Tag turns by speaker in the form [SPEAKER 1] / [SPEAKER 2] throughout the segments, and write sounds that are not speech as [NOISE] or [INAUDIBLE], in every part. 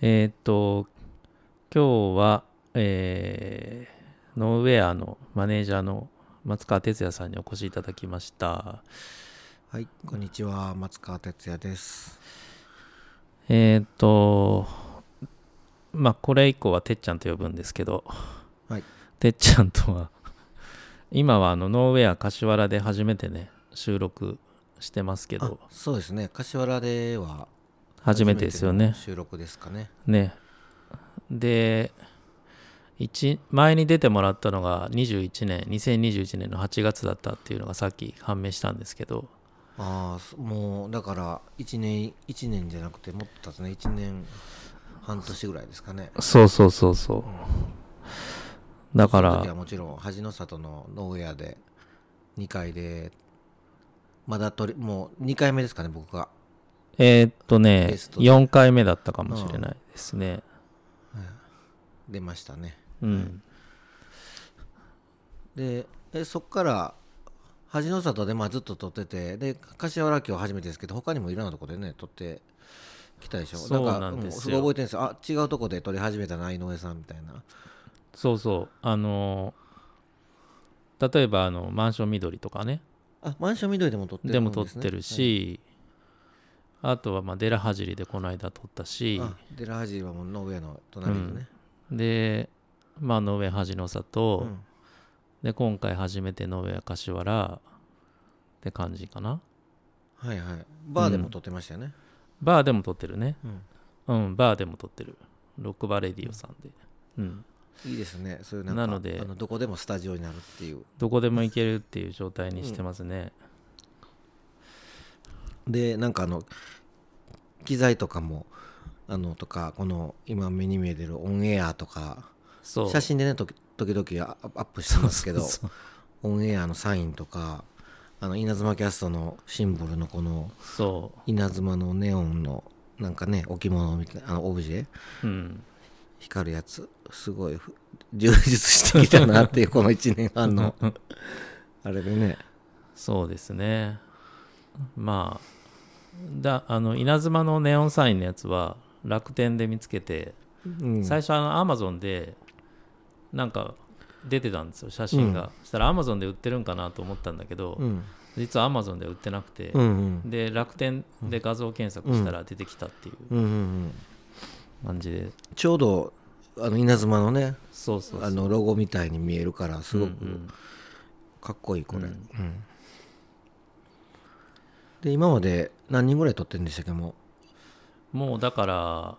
[SPEAKER 1] えーっと、今日は、えーノーウェアのマネージャーの松川哲也さんにお越しいただきました。
[SPEAKER 2] はい、こんにちは、松川哲也です。
[SPEAKER 1] えーっと、まあ、これ以降はてっちゃんと呼ぶんですけど、
[SPEAKER 2] はい
[SPEAKER 1] てっちゃんとは、今はあのノーウェア柏原で初めてね、収録してますけ
[SPEAKER 2] あ
[SPEAKER 1] ど、、
[SPEAKER 2] そうですね、柏原では
[SPEAKER 1] 初めてですよね
[SPEAKER 2] 初め。ての収録ですかね。
[SPEAKER 1] ねで一前に出てもらったのが21年2021年の8月だったっていうのがさっき判明したんですけど
[SPEAKER 2] ああ、そもうだから一年一年じゃなくてもっと経つね、一年半年ぐらいですかね。
[SPEAKER 1] そうそうそうそうだか
[SPEAKER 2] その時は
[SPEAKER 1] ら
[SPEAKER 2] もちろん恥の里のノーウェアで二回でまだ取りもう二回目ですかね、僕が。
[SPEAKER 1] えーっとね
[SPEAKER 2] ゲストで
[SPEAKER 1] 4回目だったかもしれないですね
[SPEAKER 2] 出ましたね。
[SPEAKER 1] うん
[SPEAKER 2] でえそこから恥の里でまあずっと撮っててで柏原今日初めてですけど他にもいろんなとこでね撮ってきたでしょ
[SPEAKER 1] そう
[SPEAKER 2] か
[SPEAKER 1] なんです
[SPEAKER 2] す
[SPEAKER 1] よ
[SPEAKER 2] ごい覚えてるんですよあ違うとこで撮り始めたな井上さんみたいな
[SPEAKER 1] そうそうあの例えばあのマンション緑とかね
[SPEAKER 2] あマンション緑でも撮ってる
[SPEAKER 1] でも
[SPEAKER 2] ん
[SPEAKER 1] 撮っ
[SPEAKER 2] すね
[SPEAKER 1] てる、し、あとはまあデラハジリでこの間撮ったし
[SPEAKER 2] はいあデラハジーはもうノーウェアの隣でね、
[SPEAKER 1] で、まあ、野上恥の
[SPEAKER 2] う
[SPEAKER 1] 里、
[SPEAKER 2] ん
[SPEAKER 1] で今回初めて野上柏原って感じかな
[SPEAKER 2] はいはいバーでも撮ってましたよね、
[SPEAKER 1] バーでも撮ってるね
[SPEAKER 2] うん
[SPEAKER 1] うんバーでも撮ってるロックバレディオさんで、うん、
[SPEAKER 2] いいですねそういうなん
[SPEAKER 1] な
[SPEAKER 2] か
[SPEAKER 1] ので
[SPEAKER 2] あのどこでもスタジオになるっていう
[SPEAKER 1] どこでも行けるっていう状態にしてますね、
[SPEAKER 2] でなんかあの機材とかもあのとかこの今目に見えてるオンエアとか
[SPEAKER 1] そう
[SPEAKER 2] 写真でね時時々アアップしてますけど
[SPEAKER 1] そう
[SPEAKER 2] オンエアのサインとかあの稲妻キャストのシンボルのこの
[SPEAKER 1] そ
[SPEAKER 2] 稲妻のネオンのなんかね置物みたいなあのオブジェ
[SPEAKER 1] ううん
[SPEAKER 2] 光るやつすごいふ充実してきたなっていうこの1年半
[SPEAKER 1] [LAUGHS]
[SPEAKER 2] のあれでね
[SPEAKER 1] そうですねまあだあの稲妻のネオンサインのやつは楽天で見つけて
[SPEAKER 2] うん
[SPEAKER 1] 最初あのアマゾンでなんか出てたんですよ写真が、
[SPEAKER 2] うん
[SPEAKER 1] そしたらアマゾンで売ってるんかなと思ったんだけど、
[SPEAKER 2] うん
[SPEAKER 1] 実はアマゾンでは売ってなくて、
[SPEAKER 2] うんうん
[SPEAKER 1] で楽天で画像検索したら出てきたっていう
[SPEAKER 2] うんうんうん
[SPEAKER 1] 感じで、
[SPEAKER 2] ちょうどあの稲妻のね
[SPEAKER 1] そうそうそう
[SPEAKER 2] あのロゴみたいに見えるからすごく
[SPEAKER 1] うんうん
[SPEAKER 2] かっこいいこれ、
[SPEAKER 1] うん
[SPEAKER 2] うんで今まで何人ぐらい撮ってるんでしたっけもう
[SPEAKER 1] もうだから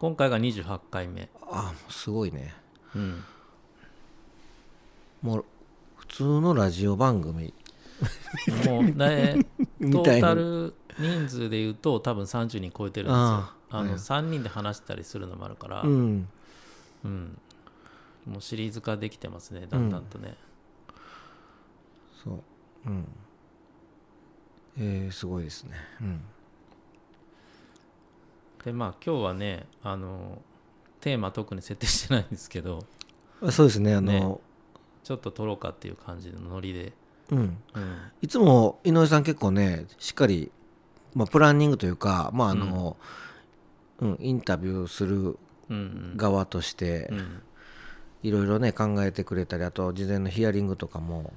[SPEAKER 1] 今回が28回目、
[SPEAKER 2] ああすごいね [LAUGHS]
[SPEAKER 1] うん、
[SPEAKER 2] もう普通のラジオ番組
[SPEAKER 1] もうね
[SPEAKER 2] [LAUGHS]
[SPEAKER 1] ト
[SPEAKER 2] みた
[SPEAKER 1] ー
[SPEAKER 2] い
[SPEAKER 1] タ
[SPEAKER 2] な
[SPEAKER 1] ル人数でいうと多分30人超えてるんですよあ
[SPEAKER 2] ああ
[SPEAKER 1] の、
[SPEAKER 2] はい
[SPEAKER 1] 3人で話したりするのもあるから、
[SPEAKER 2] うん
[SPEAKER 1] うんもうシリーズ化できてますねだんだんとね、
[SPEAKER 2] そううんえー、すごいですねうん
[SPEAKER 1] でまあ今日はねあのテーマ特に設定してないんですけど
[SPEAKER 2] あそうですねあの
[SPEAKER 1] ねちょっと撮ろうかっていう感じのノリで、
[SPEAKER 2] うん
[SPEAKER 1] うん、
[SPEAKER 2] いつも井上さん結構ねしっかり、まあ、プランニングというかまああの、うんインタビューする
[SPEAKER 1] うんうん
[SPEAKER 2] 側として
[SPEAKER 1] うん
[SPEAKER 2] いろいろね考えてくれたりあと事前のヒアリングとかも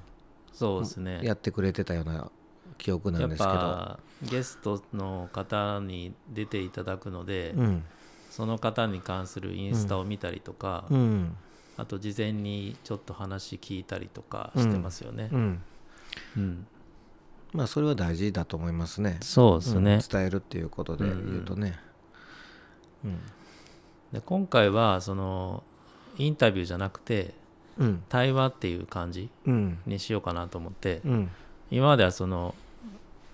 [SPEAKER 1] そうですね
[SPEAKER 2] やってくれてたような記憶な
[SPEAKER 1] やっ
[SPEAKER 2] んですけど、
[SPEAKER 1] ぱゲストの方に出ていただくので、
[SPEAKER 2] うん
[SPEAKER 1] その方に関するインスタを見たりとか、
[SPEAKER 2] うん
[SPEAKER 1] あと事前にちょっと話聞いたりとかしてますよね、
[SPEAKER 2] うん、
[SPEAKER 1] うん
[SPEAKER 2] まあそれは大事だと思いますね。
[SPEAKER 1] そうですね、
[SPEAKER 2] うん伝えるっていうことで言うとね。うん
[SPEAKER 1] で今回はそのインタビューじゃなくて
[SPEAKER 2] うん
[SPEAKER 1] 対話っていう感じ
[SPEAKER 2] うん
[SPEAKER 1] にしようかなと思って、
[SPEAKER 2] うん
[SPEAKER 1] 今まではその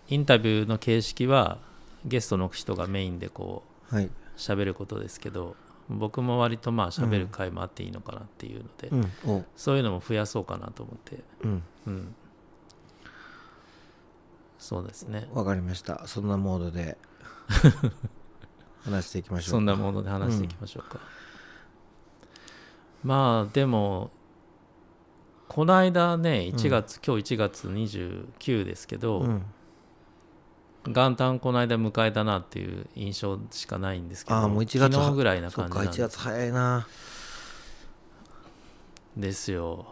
[SPEAKER 1] インタビューの形式はゲストの人がメインでこう
[SPEAKER 2] はい。
[SPEAKER 1] 喋ることですけど僕も割とまあ喋る回もあっていいのかなっていうので、
[SPEAKER 2] うんお
[SPEAKER 1] そういうのも増やそうかなと思って
[SPEAKER 2] うん
[SPEAKER 1] うんそうですね
[SPEAKER 2] わかりました。そんなモー
[SPEAKER 1] [LAUGHS]
[SPEAKER 2] ドで話していきましょう。
[SPEAKER 1] そんなもので話していきましょうか、まあでもこの間ね1月、今日1月29ですけど、
[SPEAKER 2] うん
[SPEAKER 1] 元旦この間迎えたなっていう印象しかないんですけど
[SPEAKER 2] ああもう1月
[SPEAKER 1] 昨日ぐらいな感じ
[SPEAKER 2] そ
[SPEAKER 1] な
[SPEAKER 2] っ
[SPEAKER 1] ん
[SPEAKER 2] か1
[SPEAKER 1] で
[SPEAKER 2] 月早いな
[SPEAKER 1] ですよ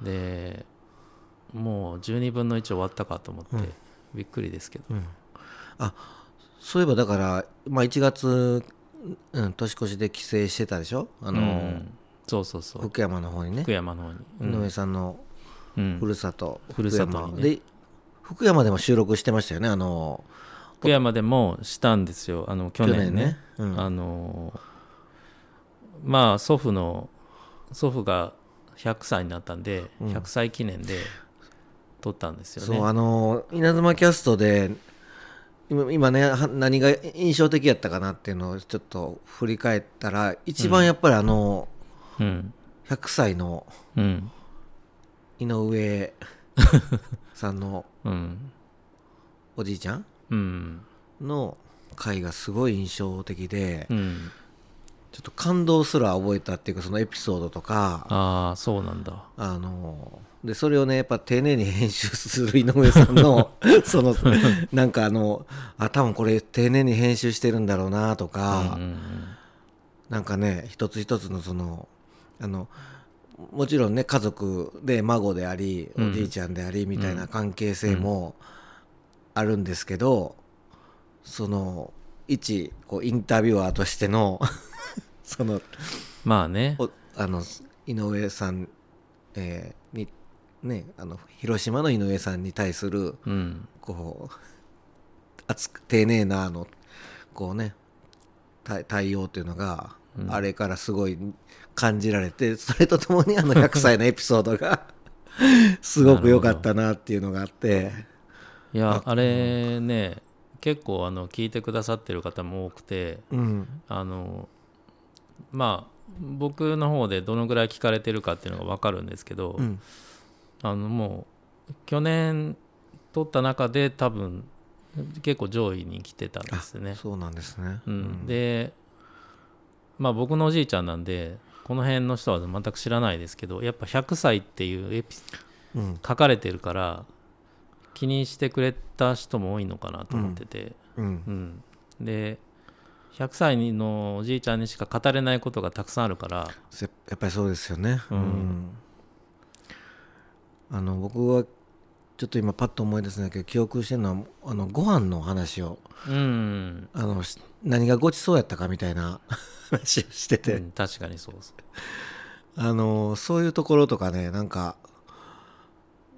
[SPEAKER 1] でもう12分の1終わったかと思って、びっくりですけど、
[SPEAKER 2] そういえばだから、まあ、1月、うん、年越しで帰省してたでしょあの、
[SPEAKER 1] うんそうそうそう
[SPEAKER 2] 福山の方にね
[SPEAKER 1] 福山の方に、う
[SPEAKER 2] 井
[SPEAKER 1] ん
[SPEAKER 2] 上さんの
[SPEAKER 1] うん
[SPEAKER 2] ふるさと、
[SPEAKER 1] ふるさとにね
[SPEAKER 2] 福山で福山でも収録してましたよねあの
[SPEAKER 1] 福山でもしたんですよあの去
[SPEAKER 2] 去
[SPEAKER 1] 年ね
[SPEAKER 2] 年ねうん
[SPEAKER 1] あのまあ祖父の祖父が100歳になったんで、100歳記念で撮ったんですよ
[SPEAKER 2] そう
[SPEAKER 1] ね
[SPEAKER 2] あの稲妻キャストで今今ねは何が印象的やったかなっていうのをちょっと振り返ったら一番やっぱりあの、
[SPEAKER 1] うん
[SPEAKER 2] 100歳の
[SPEAKER 1] うん
[SPEAKER 2] 井上さんの
[SPEAKER 1] うん
[SPEAKER 2] おじいちゃん
[SPEAKER 1] うん
[SPEAKER 2] の回がすごい印象的で、
[SPEAKER 1] うん
[SPEAKER 2] ちょっと感動すら覚えたっていうかそのエピソードとかあ
[SPEAKER 1] ああそうなんだ
[SPEAKER 2] のでそれをねやっぱ丁寧に編集する井上さんのそのなんかあのあ多分これ丁寧に編集してるんだろうなとか、
[SPEAKER 1] うん
[SPEAKER 2] なんかね一つ一つのそのあのもちろんね家族で孫であり
[SPEAKER 1] うん
[SPEAKER 2] おじいちゃんでありみたいな関係性もあるんですけど、その一こうインタビュアーとしての [LAUGHS] その
[SPEAKER 1] まあね
[SPEAKER 2] おあの井上さん、えーにねあの広島の井上さんに対する
[SPEAKER 1] うん
[SPEAKER 2] こう熱く丁寧なあのこうね対対応というのが、あれからすごい感じられてそれとともに [LAUGHS] あの100歳のエピソードが [LAUGHS] すごく良かったなっていうのがあって
[SPEAKER 1] いやあれね結構あの聞いてくださってる方も多くて
[SPEAKER 2] うん
[SPEAKER 1] あのまあ僕の方でどのぐらい聞かれてるかっていうのが分かるんですけど、
[SPEAKER 2] うん
[SPEAKER 1] あのもう去年撮った中で多分結構上位に来てたんですね。
[SPEAKER 2] そうなんですね、
[SPEAKER 1] うんでまあ僕のおじいちゃんなんでこの辺の人は全く知らないですけどやっぱ100歳っていうエピ
[SPEAKER 2] うん
[SPEAKER 1] 書かれてるから気にしてくれた人も多いのかなと思ってて、
[SPEAKER 2] うん
[SPEAKER 1] うんで100歳のおじいちゃんにしか語れないことがたくさんあるから、
[SPEAKER 2] せやっぱりそうですよね
[SPEAKER 1] う
[SPEAKER 2] うんん、あの僕はちょっと今パッと思い出せないけど記憶してるのはあのご飯の話を
[SPEAKER 1] うん、
[SPEAKER 2] あのし何がごちそうやったかみたいな話をしてて、
[SPEAKER 1] うん確かにそうそう
[SPEAKER 2] あのそういうところとかねなんか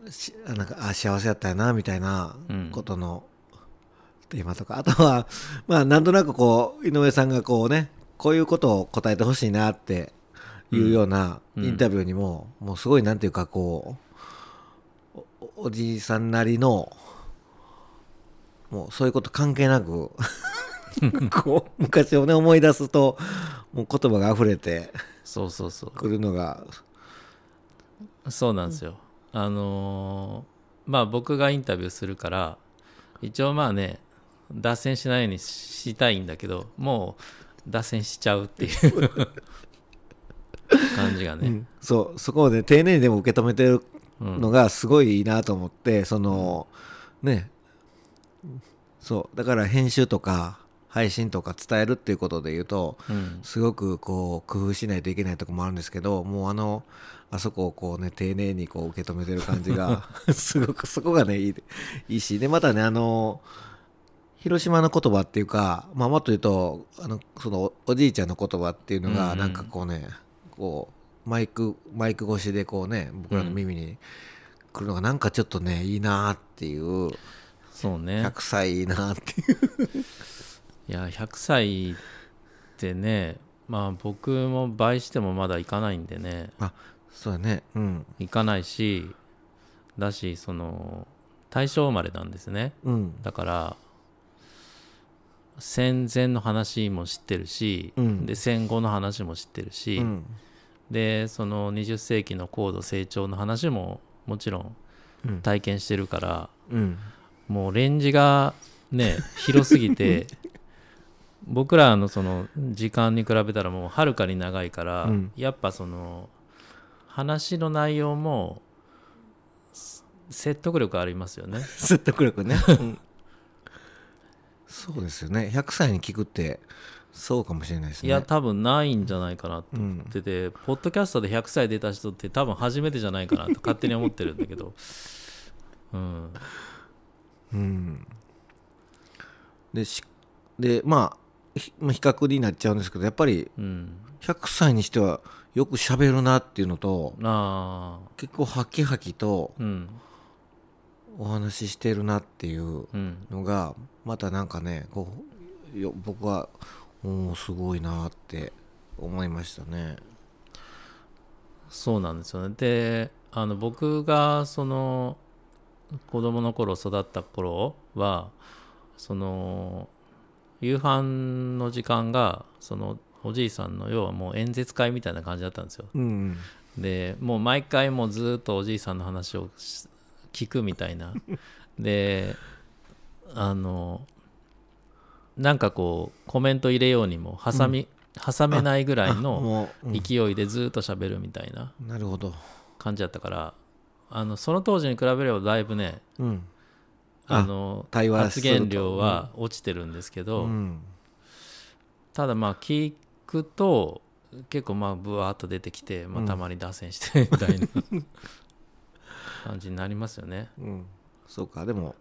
[SPEAKER 2] しなんかあ幸せやったやなみたいな
[SPEAKER 1] うん
[SPEAKER 2] ことのテーマとか、あとは [LAUGHS] まあなんとなくこう井上さんがこうねこういうことを答えてほしいなっていうような
[SPEAKER 1] うん
[SPEAKER 2] インタビューにも、もうすごいなんていうかこうおおおじいさんなりのもうそういうこと関係
[SPEAKER 1] [LAUGHS]
[SPEAKER 2] なくこう昔をね思い出すともう言葉が溢れて
[SPEAKER 1] そうそうそう
[SPEAKER 2] くるのが
[SPEAKER 1] そうなんですよ。あのーまあ僕がインタビューするから一応まあね脱線しないようにしたいんだけどもう脱線しちゃうっていう感じがね。
[SPEAKER 2] そうそこをね丁寧にでも受け止めてる
[SPEAKER 1] うん
[SPEAKER 2] のがすごいいいなと思って、そのねそうだから編集とか配信とか伝えるっていうことで言うと
[SPEAKER 1] うん
[SPEAKER 2] すごくこう工夫しないといけないとこもあるんですけどもうあのあそこをこうね丁寧にこう受け止めてる感じ
[SPEAKER 1] [LAUGHS]
[SPEAKER 2] がすごくそこがねいいいいしでまたねあの広島の言葉っていうか、まあ、もっと言うとあのそのおおじいちゃんの言葉っていうの
[SPEAKER 1] うんう
[SPEAKER 2] が
[SPEAKER 1] ん
[SPEAKER 2] なんかこうね、こうマイクマイク越しでこうね僕らの耳に来るのがなんかちょっとねいいなっていう
[SPEAKER 1] そうね
[SPEAKER 2] 100。歳いいなっていう、
[SPEAKER 1] いや100歳ってねまあ僕も倍してもまだ行かないんでね
[SPEAKER 2] あそうやねうん
[SPEAKER 1] 行かないしだしその大正生まれなんですね。
[SPEAKER 2] うん
[SPEAKER 1] だから戦前の話も知ってるし、
[SPEAKER 2] うん
[SPEAKER 1] で戦後の話も知ってるし、
[SPEAKER 2] うん
[SPEAKER 1] でその20世紀の高度成長の話ももちろん
[SPEAKER 2] うん
[SPEAKER 1] 体験してるから、
[SPEAKER 2] うん
[SPEAKER 1] もうレンジが
[SPEAKER 2] [LAUGHS]
[SPEAKER 1] ね広すぎて僕らのその時間に比べたらもうはるかに長いから、
[SPEAKER 2] うん
[SPEAKER 1] やっぱその話の内容も [LAUGHS] 説得力ありますよね。
[SPEAKER 2] 説得力ね、うんそうですよね100歳に聞くってそうかもしれないですね
[SPEAKER 1] いや多分ないんじゃないかなと
[SPEAKER 2] うん
[SPEAKER 1] 思ってて、ポッドキャストで100歳出た人って多分初めてじゃないかなと勝手に思ってるんだけど、うん、
[SPEAKER 2] うんでしで、まあ、ひまあ比較になっちゃうんですけどやっぱり
[SPEAKER 1] うん、
[SPEAKER 2] 100歳にしてはよく喋るなっていうのと
[SPEAKER 1] ああ
[SPEAKER 2] 結構ハキハキと
[SPEAKER 1] うん
[SPEAKER 2] お話ししてるなっていう
[SPEAKER 1] うん
[SPEAKER 2] のがまたなんかねこうよ僕はおーすごいなって思いましたね。
[SPEAKER 1] そうなんですよねであの僕がその子供の頃育った頃はその夕飯の時間がそのおじいさんの要はもう演説会みたいな感じだったんですよ
[SPEAKER 2] うん
[SPEAKER 1] でもう毎回もうずーっとおじいさんの話をし聞くみたい
[SPEAKER 2] [LAUGHS]
[SPEAKER 1] なであのなんかこうコメント入れようにも挟み、挟めないぐらいの
[SPEAKER 2] もう、うん
[SPEAKER 1] 勢いでずーっと喋るみたいな
[SPEAKER 2] なるほど。
[SPEAKER 1] 感じだったからあのその当時に比べればだいぶね
[SPEAKER 2] うんあ
[SPEAKER 1] あの
[SPEAKER 2] 対話す
[SPEAKER 1] 発
[SPEAKER 2] ると
[SPEAKER 1] 言量は落ちてるんですけ
[SPEAKER 2] う
[SPEAKER 1] ど、
[SPEAKER 2] ん
[SPEAKER 1] ただまあ聞くと結構まあブワーッと出てきて、ま
[SPEAKER 2] う
[SPEAKER 1] あ、
[SPEAKER 2] ん
[SPEAKER 1] たまに脱線してみたい
[SPEAKER 2] [LAUGHS]
[SPEAKER 1] な感じになりますよね。
[SPEAKER 2] うん、そうかでも、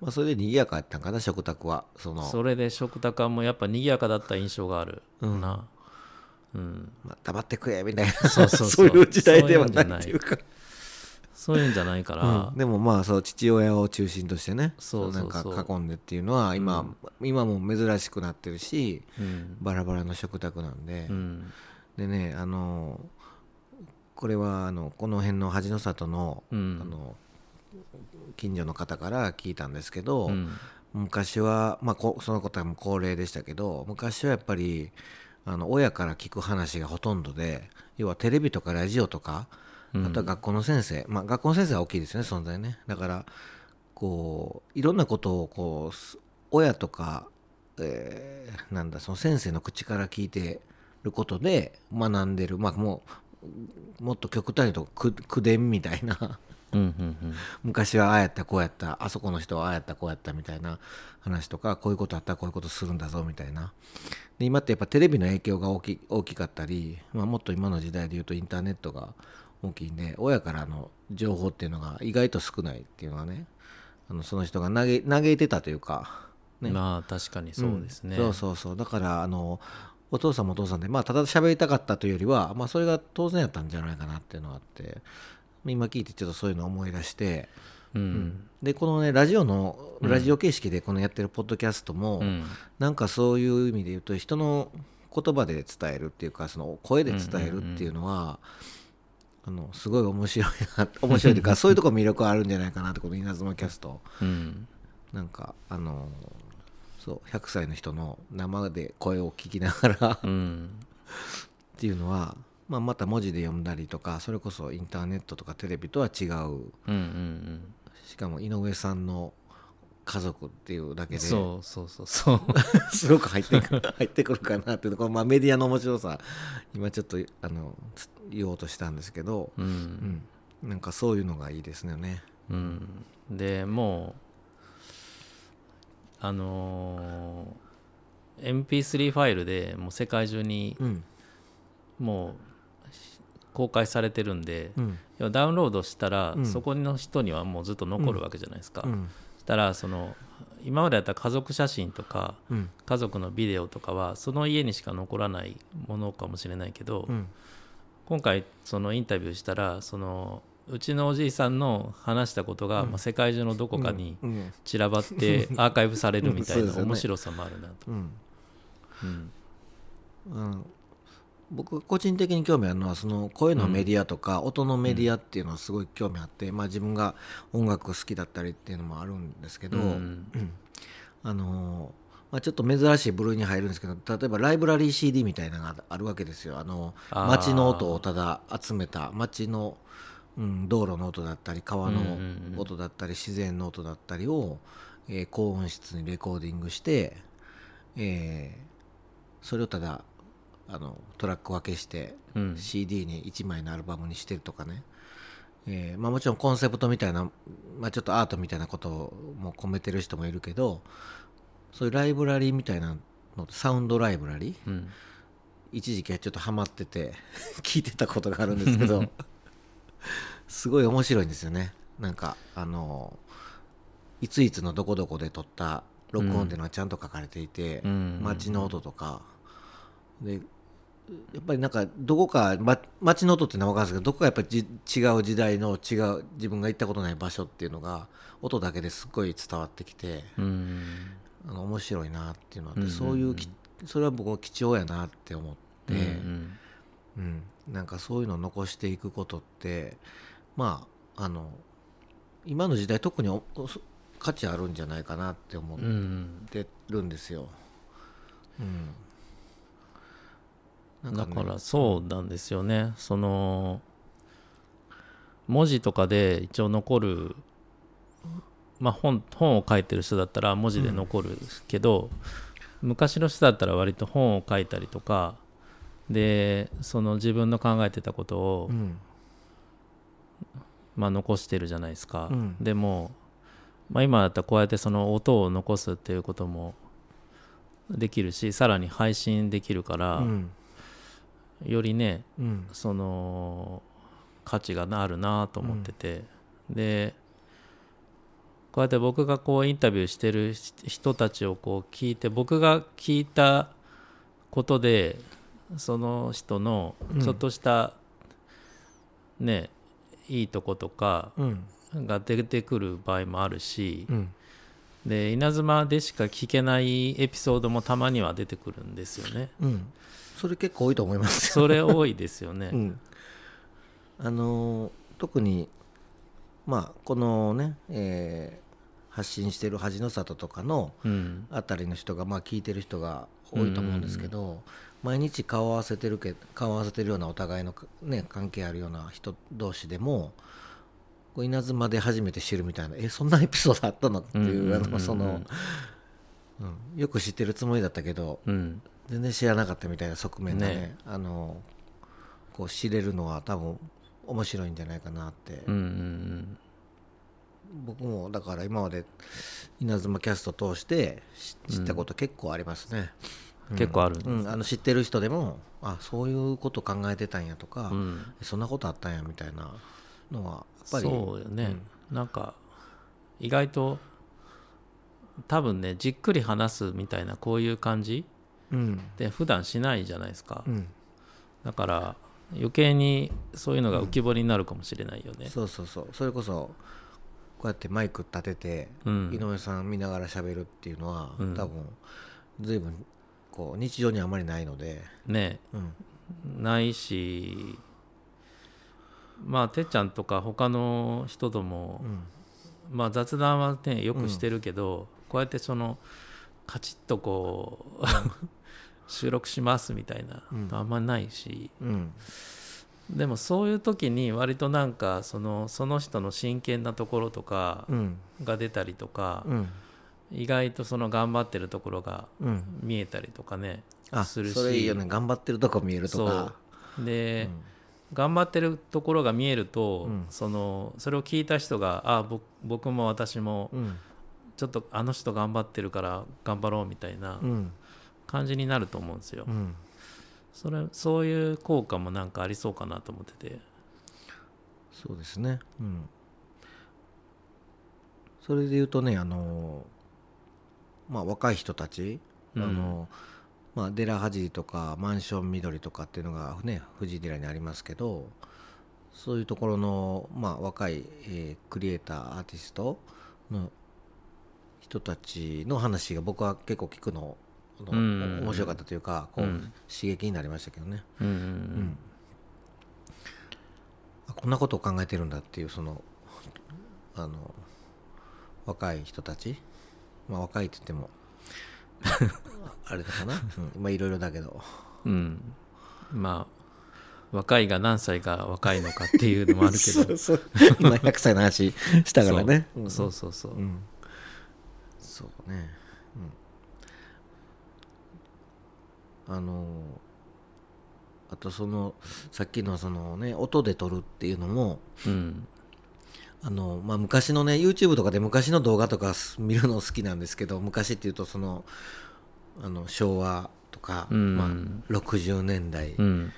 [SPEAKER 2] まあ、それで賑やかやったんかな食卓はその
[SPEAKER 1] それで食卓はもうやっぱ賑やかだった印象がある
[SPEAKER 2] うん
[SPEAKER 1] な。うん、
[SPEAKER 2] まあ、黙ってくれみたいな
[SPEAKER 1] そう
[SPEAKER 2] [LAUGHS]
[SPEAKER 1] そうそう
[SPEAKER 2] いう時代ではないっていうか
[SPEAKER 1] そういうんじゃないから、
[SPEAKER 2] うんでもまあそう父親を中心としてね
[SPEAKER 1] そうそうそう
[SPEAKER 2] なんか囲んでっていうのは今、今も珍しくなってるし
[SPEAKER 1] うん
[SPEAKER 2] バラバラの食卓なんで、
[SPEAKER 1] うん
[SPEAKER 2] でねあのこれはあのこの辺の恥の里の,、
[SPEAKER 1] うん
[SPEAKER 2] あの近所の方から聞いたんですけど、
[SPEAKER 1] うん
[SPEAKER 2] 昔は、まあ、こそのことはもう高齢でしたけど昔はやっぱりあの親から聞く話がほとんどで要はテレビとかラジオとか
[SPEAKER 1] うん
[SPEAKER 2] あとは学校の先生、まあ、学校の先生は大きいですよね存在ねだからこういろんなことをこうす親とか、えーなんだその先生の口から聞いてることで学んでるまあもうもっと極端に言うとく口伝みたいな。
[SPEAKER 1] うんうん
[SPEAKER 2] 昔はああやったこうやったあそこの人はああやったこうやったみたいな話とかこういうことあったらこういうことするんだぞみたいなで今ってやっぱテレビの影響が大き大きかったり、まあ、もっと今の時代で言うとインターネットが大きいんで親からの情報っていうのが意外と少ないっていうのはねあのその人が嘆い嘆いてたというか、
[SPEAKER 1] う
[SPEAKER 2] ね
[SPEAKER 1] ん、まあ確かにそうですね。
[SPEAKER 2] んそうそうそうだからあのお父さんもお父さんでまあただ喋りたかったというよりはまあそれが当然やったんじゃないかなっていうのがあって今聞いてちょっとそういうのを思い出して
[SPEAKER 1] うん
[SPEAKER 2] でこのねラジオのラジオ形式でこのやってるポッドキャストも、
[SPEAKER 1] うん
[SPEAKER 2] なんかそういう意味で言うと人の言葉で伝えるっていうかその声で伝えるっていうのは、あのすごい面白いな [LAUGHS] 面白い
[SPEAKER 1] [LAUGHS]
[SPEAKER 2] というかそういうとこ魅力あるんじゃないかなってこの稲妻キャスト
[SPEAKER 1] うん
[SPEAKER 2] なんかあのそう100歳の人の生で声を聞きながらっ
[SPEAKER 1] うん
[SPEAKER 2] ていうのは、 [LAUGHS] まあ、また文字で読んだりとかそれこそインターネットとかテレビとは違う
[SPEAKER 1] うんうん
[SPEAKER 2] しかも井上さんの家族っていうだけ
[SPEAKER 1] うん
[SPEAKER 2] で
[SPEAKER 1] そうそうそう
[SPEAKER 2] [LAUGHS]
[SPEAKER 1] そう
[SPEAKER 2] すごく入ってくる入ってくるかなっていうところ、まあ、メディアの面白さ今ちょっとあのつ言おうとしたんですけど、
[SPEAKER 1] う
[SPEAKER 2] うんん、なんかそういうのがいいですよね。
[SPEAKER 1] うんでもうあのー MP3 ファイルでもう世界中に
[SPEAKER 2] うん
[SPEAKER 1] もうし公開されてるんで、
[SPEAKER 2] うん
[SPEAKER 1] 要はダウンロードしたら、
[SPEAKER 2] うん
[SPEAKER 1] そこの人にはもうずっと残るわけじゃないですか、
[SPEAKER 2] うん
[SPEAKER 1] したらその今までだったら家族写真とか
[SPEAKER 2] うん
[SPEAKER 1] 家族のビデオとかはその家にしか残らないものかもしれないけど、
[SPEAKER 2] うん
[SPEAKER 1] 今回そのインタビューしたらそのうちのおじいさんの話したことが、まあ、世界中のどこかに
[SPEAKER 2] うん
[SPEAKER 1] 散らば
[SPEAKER 2] [LAUGHS]
[SPEAKER 1] ってアーカイブされるみた
[SPEAKER 2] う
[SPEAKER 1] い
[SPEAKER 2] んそうで
[SPEAKER 1] な
[SPEAKER 2] すよね
[SPEAKER 1] 面白さもあるなと。
[SPEAKER 2] うん
[SPEAKER 1] うん
[SPEAKER 2] うん僕個人的に興味あるのはその声のメディアとか音のメディアっていうのはすごい興味あって、まあ、自分が音楽好きだったりっていうのもあるんですけど、
[SPEAKER 1] うん
[SPEAKER 2] あのーまあ、ちょっと珍しい部類に入るんですけど例えばライブラリー CD みたいなのがあるわけですよあの
[SPEAKER 1] あー
[SPEAKER 2] 街の音をただ集めた街の、うん、道路の音だったり川の
[SPEAKER 1] うんうんうん
[SPEAKER 2] 音だったり自然の音だったりを、えー高音質にレコーディングして、えーそれをただあのトラック分けして
[SPEAKER 1] うん
[SPEAKER 2] CD に1枚のアルバムにしてるとかね、えーまあ、もちろんコンセプトみたいな、まあ、ちょっとアートみたいなことも込めてる人もいるけどそういうライブラリーみたいなのサウンドライブラリー
[SPEAKER 1] うん、
[SPEAKER 2] 一時期はちょっとハマってて [LAUGHS] 聞いてたことがあるんです
[SPEAKER 1] [LAUGHS]
[SPEAKER 2] けどすごい面白いんですよねなんかあのいついつのどこどこで撮った録音っていうのはちゃんと書かれていて、
[SPEAKER 1] うん
[SPEAKER 2] 街の音とかでやっぱりなんかどこか、ま、街の音っていうのは分かるんないですけどどこかやっぱりじ違う時代の違う自分が行ったことない場所っていうのが音だけですっごい伝わってきて
[SPEAKER 1] うん、
[SPEAKER 2] あの面白いなっていうのはあっ
[SPEAKER 1] うんうんう
[SPEAKER 2] て、
[SPEAKER 1] ん
[SPEAKER 2] そういうきそれは僕は貴重やなって思って、
[SPEAKER 1] う
[SPEAKER 2] うん
[SPEAKER 1] うんん
[SPEAKER 2] なんかそういうのを残していくことってまああの今の時代特におおそ価値あるんじゃないかなって思っ
[SPEAKER 1] うんうん
[SPEAKER 2] てるんですよ。うん
[SPEAKER 1] だか
[SPEAKER 2] ね
[SPEAKER 1] らそうなんですよねその文字とかで一応残るまあ本本を書いてる人だったら文字で残るけど、昔の人だったら割と本を書いたりとかでその自分の考えてたことを、
[SPEAKER 2] うん
[SPEAKER 1] まあ、残してるじゃないですか、
[SPEAKER 2] うん
[SPEAKER 1] でも、まあ、今だったらこうやってその音を残すっていうこともできるしさらに配信できるから、
[SPEAKER 2] うん
[SPEAKER 1] よりね
[SPEAKER 2] うん
[SPEAKER 1] その価値があるなと思ってて、でこうやって僕がこうインタビューしてるし人たちをこう聞いて僕が聞いたことでその人の
[SPEAKER 2] うん
[SPEAKER 1] ちょっとした、ねいいとことか
[SPEAKER 2] うん
[SPEAKER 1] が出てくる場合もあるし、
[SPEAKER 2] うん
[SPEAKER 1] で稲妻でしか聞けないエピソードもたまには出てくるんですよね。
[SPEAKER 2] うんそれ結構多いと思います
[SPEAKER 1] それ多いですよね。
[SPEAKER 2] うん、あのー特にまあこのね、えー発信してる恥の里とかの
[SPEAKER 1] うん
[SPEAKER 2] あたりの人がまあ聞いてる人が多いと思うんですけど、毎日顔を合わせてるけ顔を合わせてるようなお互いの、ね、関係あるような人同士でもこう稲妻で初めて知るみたいなえそんなエピソードあったのってい
[SPEAKER 1] うんうん
[SPEAKER 2] う
[SPEAKER 1] う
[SPEAKER 2] あ
[SPEAKER 1] んうん
[SPEAKER 2] のその、うん、よく知ってるつもりだったけど
[SPEAKER 1] うん
[SPEAKER 2] 全然知らなかったみたいな側面がね
[SPEAKER 1] ね
[SPEAKER 2] あのこう知れるのは多分面白いんじゃないかなって、
[SPEAKER 1] うんうん
[SPEAKER 2] 僕もだから今まで稲妻キャスト通して知知ったこと結構ありますね、
[SPEAKER 1] うん、結構あるんです、
[SPEAKER 2] うんあの知ってる人でもあそういうこと考えてたんやとか、
[SPEAKER 1] うん
[SPEAKER 2] そんなことあったんやみたいなのはやっぱり
[SPEAKER 1] そうよね、なんか意外と多分ねじっくり話すみたいなこういう感じ
[SPEAKER 2] うん
[SPEAKER 1] で普段しないじゃないですか、
[SPEAKER 2] うん
[SPEAKER 1] だから余計にそういうのが浮き彫りになるかもしれないよね、
[SPEAKER 2] そうそうそうそれこそこうやってマイク立てて、
[SPEAKER 1] うん
[SPEAKER 2] 井上さん見ながら喋るっていうのは、
[SPEAKER 1] うん
[SPEAKER 2] 多分随分こう日常にあまりないので、
[SPEAKER 1] ね
[SPEAKER 2] うん
[SPEAKER 1] ないしまあてっちゃんとか他の人とも、
[SPEAKER 2] うん
[SPEAKER 1] まあ雑談はねよくしてるけど、こうやってそのカチッとこう [LAUGHS] 収録しますみたいな、
[SPEAKER 2] うん
[SPEAKER 1] あんまないし
[SPEAKER 2] うん
[SPEAKER 1] でもそういう時に割となんかそのその人の真剣なところとか
[SPEAKER 2] うん
[SPEAKER 1] が出たりとか、
[SPEAKER 2] うん
[SPEAKER 1] 意外とその頑張ってるところが
[SPEAKER 2] うん
[SPEAKER 1] 見えたりとかね
[SPEAKER 2] あ
[SPEAKER 1] するし
[SPEAKER 2] それいいよね頑張ってるとこ見えるとか
[SPEAKER 1] そうで、
[SPEAKER 2] うん
[SPEAKER 1] 頑張ってるところが見えると、
[SPEAKER 2] うん
[SPEAKER 1] そのそれを聞いた人があ僕僕も私も
[SPEAKER 2] うん
[SPEAKER 1] ちょっとあの人頑張ってるから頑張ろうみたいな
[SPEAKER 2] うん
[SPEAKER 1] 感じになると思うんですよ。
[SPEAKER 2] うん
[SPEAKER 1] それそういう効果もなんかありそうかなと思ってて。
[SPEAKER 2] そうですねうんそれで言うとねあのまあ若い人たち、
[SPEAKER 1] うん
[SPEAKER 2] あのまあデラハジーとかマンション緑とかっていうのがね藤井寺にありますけどそういうところの、まあ、若い、えークリエイターアーティストの人たちの話が僕は結構聞くの、あの
[SPEAKER 1] うん
[SPEAKER 2] 面白かったというかこう、
[SPEAKER 1] うん
[SPEAKER 2] 刺激になりましたけどね、
[SPEAKER 1] うんうん
[SPEAKER 2] うんあこんなことを考えてるんだっていうそのあの若い人たちまあ若いって言っ
[SPEAKER 1] [LAUGHS]
[SPEAKER 2] てもあれだかな、うん、まあいろいろだけど
[SPEAKER 1] うんまあ若いが何歳が若いのかっていうのもあるけど
[SPEAKER 2] [LAUGHS] そう今100歳の話したからね
[SPEAKER 1] そう,、
[SPEAKER 2] ん
[SPEAKER 1] そうそうそう
[SPEAKER 2] うんそうね、うん、あのあとそのさっきのそのね音で撮るっていうのも
[SPEAKER 1] うん
[SPEAKER 2] あの、まあ、昔のね、YouTube とかで昔の動画とかす見るの好きなんですけど、昔っていうと、その、あの、昭和とか、
[SPEAKER 1] うん
[SPEAKER 2] まあ、60年代、
[SPEAKER 1] うん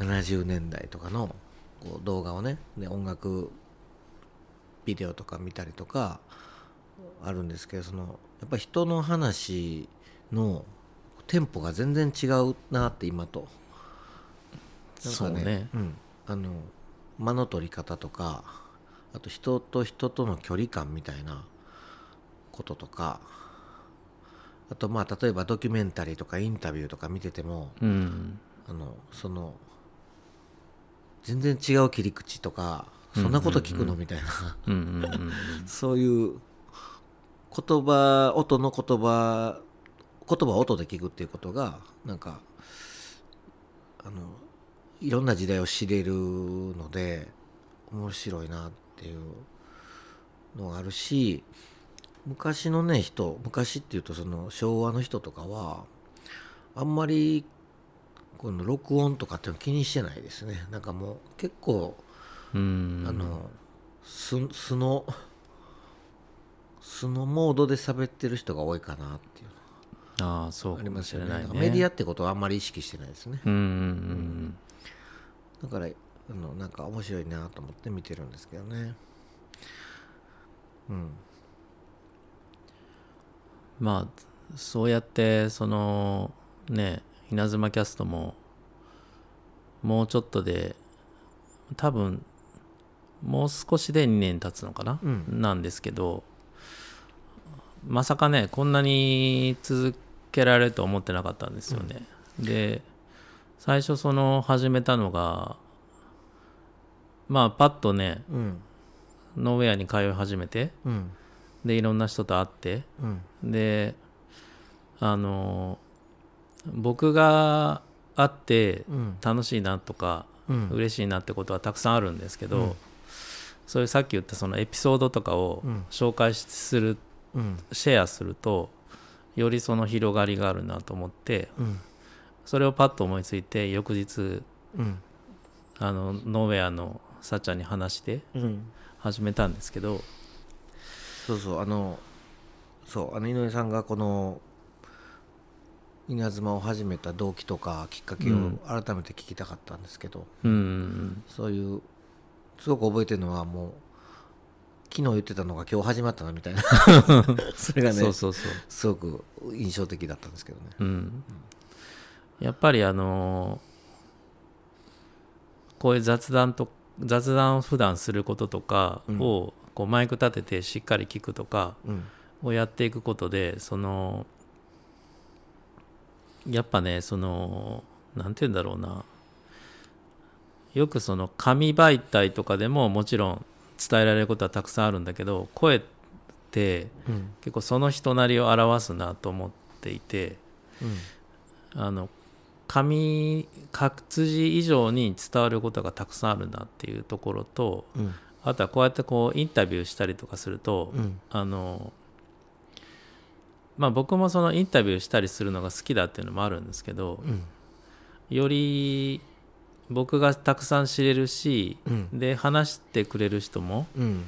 [SPEAKER 2] 70年代とかのこう動画をね、で、音楽ビデオとか見たりとか、あるんですけど、その、やっぱ人の話のテンポが全然違うなって、今と。なん
[SPEAKER 1] そ
[SPEAKER 2] か
[SPEAKER 1] うね
[SPEAKER 2] うん、あの間の取り方とかあと人と人との距離感みたいなこととかあとまあ例えばドキュメンタリーとかインタビューとか見てても
[SPEAKER 1] うん
[SPEAKER 2] あのその全然違う切り口とかそんなこと聞くのみたいな、
[SPEAKER 1] うんうんうん
[SPEAKER 2] そういう言葉音の言葉言葉を音で聞くっていうことがなんかあのいろんな時代を知れるので面白いなっていうのがあるし昔のね人昔っていうとその昭和の人とかはあんまりこの録音とかっていうの気にしてないですねなんかもう結構
[SPEAKER 1] うん
[SPEAKER 2] あの素素の素のモードで喋ってる人が多いかなっていう
[SPEAKER 1] ああそ
[SPEAKER 2] の
[SPEAKER 1] う
[SPEAKER 2] があ
[SPEAKER 1] か
[SPEAKER 2] り
[SPEAKER 1] も
[SPEAKER 2] ます
[SPEAKER 1] し
[SPEAKER 2] よ
[SPEAKER 1] れ
[SPEAKER 2] ね
[SPEAKER 1] な
[SPEAKER 2] だ
[SPEAKER 1] い
[SPEAKER 2] か
[SPEAKER 1] ね
[SPEAKER 2] らメディアってことはあんまり意識してないですね
[SPEAKER 1] うんうん
[SPEAKER 2] だからあのなんか面白いなと思って見てるんですけどねうん
[SPEAKER 1] うんまあそうやってそのね稲妻キャストももうちょっとで多分もう少しで2年経つのかな、
[SPEAKER 2] うん
[SPEAKER 1] なんですけどまさかねこんなに続けられると思ってなかったんですよね、で最初その始めたのがまあパッとね
[SPEAKER 2] うん
[SPEAKER 1] ノーウェアに通い始めて
[SPEAKER 2] うん
[SPEAKER 1] でいろんな人と会って
[SPEAKER 2] うん
[SPEAKER 1] であの僕が会って
[SPEAKER 2] うん
[SPEAKER 1] 楽しいなとか、
[SPEAKER 2] うん
[SPEAKER 1] 嬉しいなってことはたくさんあるんですけど、
[SPEAKER 2] うん
[SPEAKER 1] そういうさっき言ったそのエピソードとかを
[SPEAKER 2] うん
[SPEAKER 1] 紹介しする
[SPEAKER 2] うん
[SPEAKER 1] シェアするとよりその広がりがあるなと思って
[SPEAKER 2] うん
[SPEAKER 1] それをパッと思いついて翌日
[SPEAKER 2] うん
[SPEAKER 1] あのノーウェアのさっちゃんに話して
[SPEAKER 2] うん
[SPEAKER 1] 始めたんですけど
[SPEAKER 2] そうそうあのそうあの井上さんがこの稲妻を始めた動機とかきっかけを
[SPEAKER 1] うん
[SPEAKER 2] 改めて聞きたかったんですけど、
[SPEAKER 1] うん
[SPEAKER 2] そういうすごく覚えてるのはもう昨日言ってたのが今日始まったなみたいなそれがね
[SPEAKER 1] そうそうそう
[SPEAKER 2] すごく印象的だったんですけどね。
[SPEAKER 1] うん、やっぱりあのーこういう雑談と雑談を普段することとかを、こうマイク立ててしっかり聞くとか
[SPEAKER 2] うん
[SPEAKER 1] をやっていくことでそのやっぱねそのなんて言うんだろうなよくその紙媒体とかでももちろん伝えられることはたくさんあるんだけど声って
[SPEAKER 2] うん
[SPEAKER 1] 結構その人なりを表すなと思っていて。
[SPEAKER 2] うん
[SPEAKER 1] あの紙活字以上に伝わることがたくさんあるなっていうところと
[SPEAKER 2] うん
[SPEAKER 1] あとはこうやってこうインタビューしたりとかすると、
[SPEAKER 2] うん
[SPEAKER 1] あのまあ僕もそのインタビューしたりするのが好きだっていうのもあるんですけど
[SPEAKER 2] うん
[SPEAKER 1] より僕がたくさん知れるし、
[SPEAKER 2] うん
[SPEAKER 1] で話してくれる人も
[SPEAKER 2] うん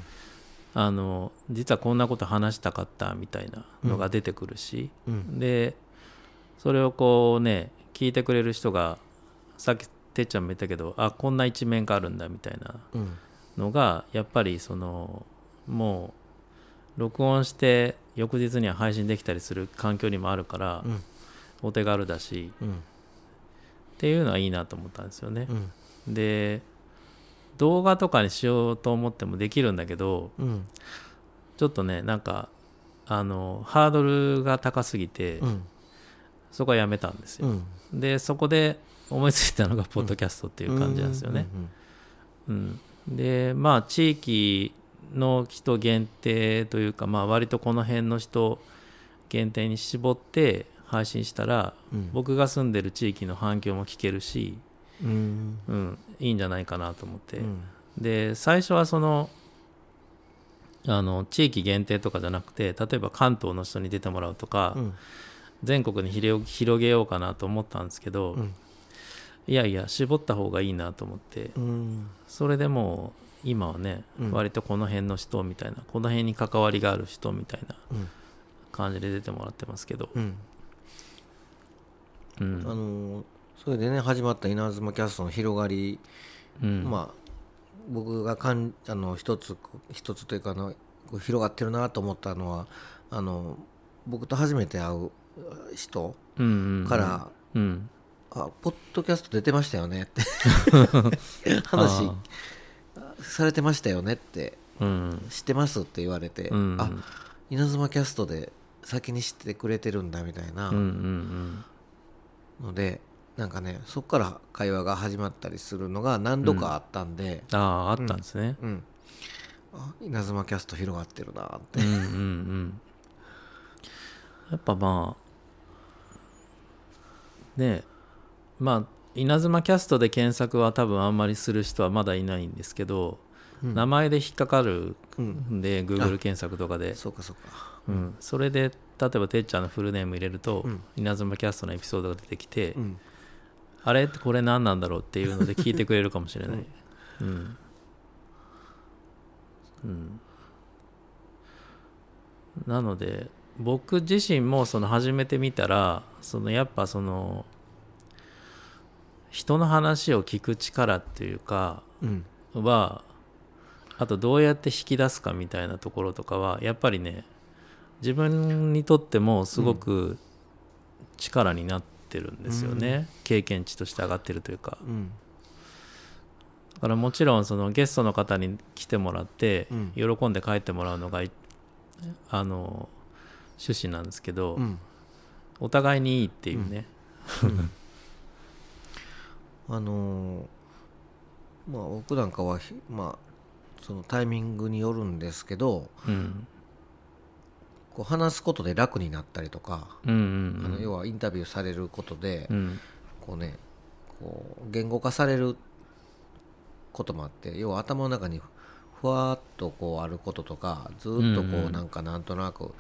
[SPEAKER 1] あの実はこんなこと話したかったみたいなのが出てくるし、
[SPEAKER 2] うん
[SPEAKER 1] でそれをこうね聞いてくれる人がさっきてっちゃんも言ったけどあこんな一面があるんだみたいな
[SPEAKER 2] うん
[SPEAKER 1] のがやっぱりそのもう録音して翌日には配信できたりする環境にもあるから、
[SPEAKER 2] うん
[SPEAKER 1] お手軽だし
[SPEAKER 2] うん
[SPEAKER 1] っていうのはいいなと思ったんですよね
[SPEAKER 2] う。ん
[SPEAKER 1] で動画とかにしようと思ってもできるんだけど
[SPEAKER 2] うん
[SPEAKER 1] ちょっとねなんかあのハードルが高すぎて、
[SPEAKER 2] うん
[SPEAKER 1] そこはやめたんですよ。
[SPEAKER 2] うん
[SPEAKER 1] でそこで思いついたのがポッドキャストっていう感じなんですよね。うんでまあ地域の人限定というか、まあ、割とこの辺の人限定に絞って配信したら、
[SPEAKER 2] うん
[SPEAKER 1] 僕が住んでる地域の反響も聞けるし、
[SPEAKER 2] うん
[SPEAKER 1] うん、いいんじゃないかなと思って、
[SPEAKER 2] うん
[SPEAKER 1] で最初はそのあの地域限定とかじゃなくて例えば関東の人に出てもらうとか、
[SPEAKER 2] うん
[SPEAKER 1] 全国に広げ広げようかなと思ったんですけど、
[SPEAKER 2] うん
[SPEAKER 1] いやいや絞った方がいいなと思って
[SPEAKER 2] うん
[SPEAKER 1] それでもう今はね、
[SPEAKER 2] うん
[SPEAKER 1] 割とこの辺の人みたいなこの辺に関わりがある人みたいな
[SPEAKER 2] うん
[SPEAKER 1] 感じで出てもらってますけど、
[SPEAKER 2] うん
[SPEAKER 1] う
[SPEAKER 2] あ
[SPEAKER 1] ん
[SPEAKER 2] のーそれでね始まった稲妻キャストの広がり、
[SPEAKER 1] うん
[SPEAKER 2] まあ僕がかんあの一つ一つというかあのこう広がってるなと思ったのはあの僕と初めて会う人
[SPEAKER 1] うんうん
[SPEAKER 2] から、
[SPEAKER 1] うん
[SPEAKER 2] あポッドキャスト出てましたよねって
[SPEAKER 1] [LAUGHS]
[SPEAKER 2] 話
[SPEAKER 1] あ
[SPEAKER 2] されてましたよねって
[SPEAKER 1] うん
[SPEAKER 2] 知ってますって言われて、
[SPEAKER 1] うん
[SPEAKER 2] あ稲妻キャストで先に知ってくれてるんだみたいな
[SPEAKER 1] うんうん
[SPEAKER 2] ので、なんかねそこから会話が始まったりするのが何度かあったんで、
[SPEAKER 1] ああーあったんですね、
[SPEAKER 2] うんあ稲妻キャスト広がってるなーって
[SPEAKER 1] うん、うんうんやっぱまあねえまあ稲妻キャストで検索は多分あんまりする人はまだいないんですけど、
[SPEAKER 2] うん
[SPEAKER 1] 名前で引っかかる
[SPEAKER 2] うん
[SPEAKER 1] んで Google 検索とかで
[SPEAKER 2] そうかそうか、
[SPEAKER 1] うん、それで例えばてっちゃんのフルネーム入れると、
[SPEAKER 2] うん
[SPEAKER 1] 稲妻キャストのエピソードが出てきて、
[SPEAKER 2] うん、
[SPEAKER 1] あれこれ何なんだろうっていうので聞いてくれるかもし
[SPEAKER 2] [LAUGHS]
[SPEAKER 1] れないうん、うん、なので僕自身もその始めてみたらそのやっぱその人の話を聞く力っていうか
[SPEAKER 2] うん、
[SPEAKER 1] はあとどうやって引き出すかみたいなところとかはやっぱりね自分にとってもすごく力になってるんですよね、経験値として上がってるというか
[SPEAKER 2] うん、
[SPEAKER 1] だからもちろんそのゲストの方に来てもらって
[SPEAKER 2] うん
[SPEAKER 1] 喜んで帰ってもらうのがいあの趣旨なんですけど、
[SPEAKER 2] うん、
[SPEAKER 1] お互いにいいっていうね、
[SPEAKER 2] あのーまあ僕なんかはひまあそのタイミングによるんですけど
[SPEAKER 1] うん、
[SPEAKER 2] こう話すことで楽になったりとか、
[SPEAKER 1] うんうんう
[SPEAKER 2] あ
[SPEAKER 1] ん
[SPEAKER 2] の要はインタビューされることで、
[SPEAKER 1] うん
[SPEAKER 2] こうねこう言語化されることもあって要は頭の中にふわっとこうあることとかずーっとこ
[SPEAKER 1] うんう
[SPEAKER 2] うんなんかなんとなく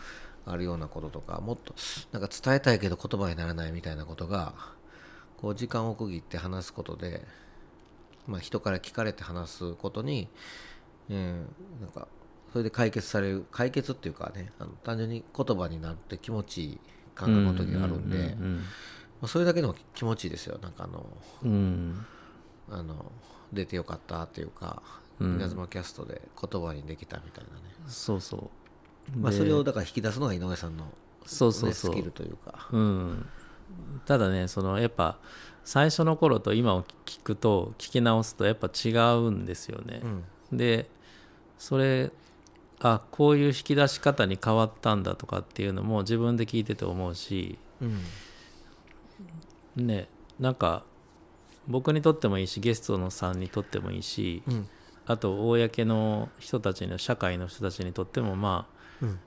[SPEAKER 2] あるようなこととかもっとなんか伝えたいけど言葉にならないみたいなことがこう時間を区切って話すことで、まあ、人から聞かれて話すことに、えーなんかそれで解決される解決っていうかねあの単純に言葉になって気持ちいい感覚の時があるんで。
[SPEAKER 1] うん
[SPEAKER 2] まあ、それだけでも気持ちいいですよなんかあの
[SPEAKER 1] うんうん
[SPEAKER 2] あの出てよかったっていうか
[SPEAKER 1] うん
[SPEAKER 2] 稲妻キャストで言葉にできたみたいなね、
[SPEAKER 1] そうそう
[SPEAKER 2] まあ、
[SPEAKER 1] で
[SPEAKER 2] それをだから引き出すのが井上さんの、ね、
[SPEAKER 1] そうそうそう
[SPEAKER 2] スキルというか
[SPEAKER 1] うん、ただねそのやっぱ最初の頃と今を聞くと聞き直すとやっぱ違うんですよね
[SPEAKER 2] う、ん
[SPEAKER 1] でそれあこういう引き出し方に変わったんだとかっていうのも自分で聞いてて思うし
[SPEAKER 2] うん
[SPEAKER 1] ねなんか僕にとってもいいしゲストのさんにとってもいいし、
[SPEAKER 2] うん
[SPEAKER 1] あと公の人たちの社会の人たちにとってもまあ
[SPEAKER 2] うん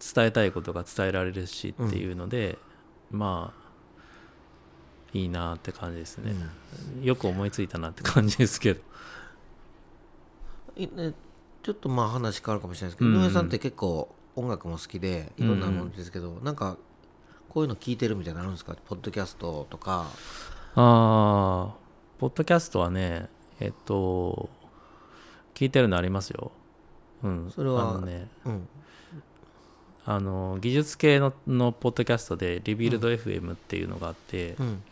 [SPEAKER 1] 伝えたいことが伝えられるしっていうので、まあいいなって感じですね、よく思いついたなって感じですけど
[SPEAKER 2] いねちょっとまあ話変わるかもしれないですけど、
[SPEAKER 1] うん
[SPEAKER 2] 井上さんって結構音楽も好きでいろんなものですけど、なんかこういうの聞いてるみたいなのあるんですかポッドキャストとか
[SPEAKER 1] ああポッドキャストはねえっと聞いてるのありますようん
[SPEAKER 2] それは
[SPEAKER 1] あのね
[SPEAKER 2] うん
[SPEAKER 1] あの技術系ののポッドキャストでリビルド FM っていうのがあって、
[SPEAKER 2] うん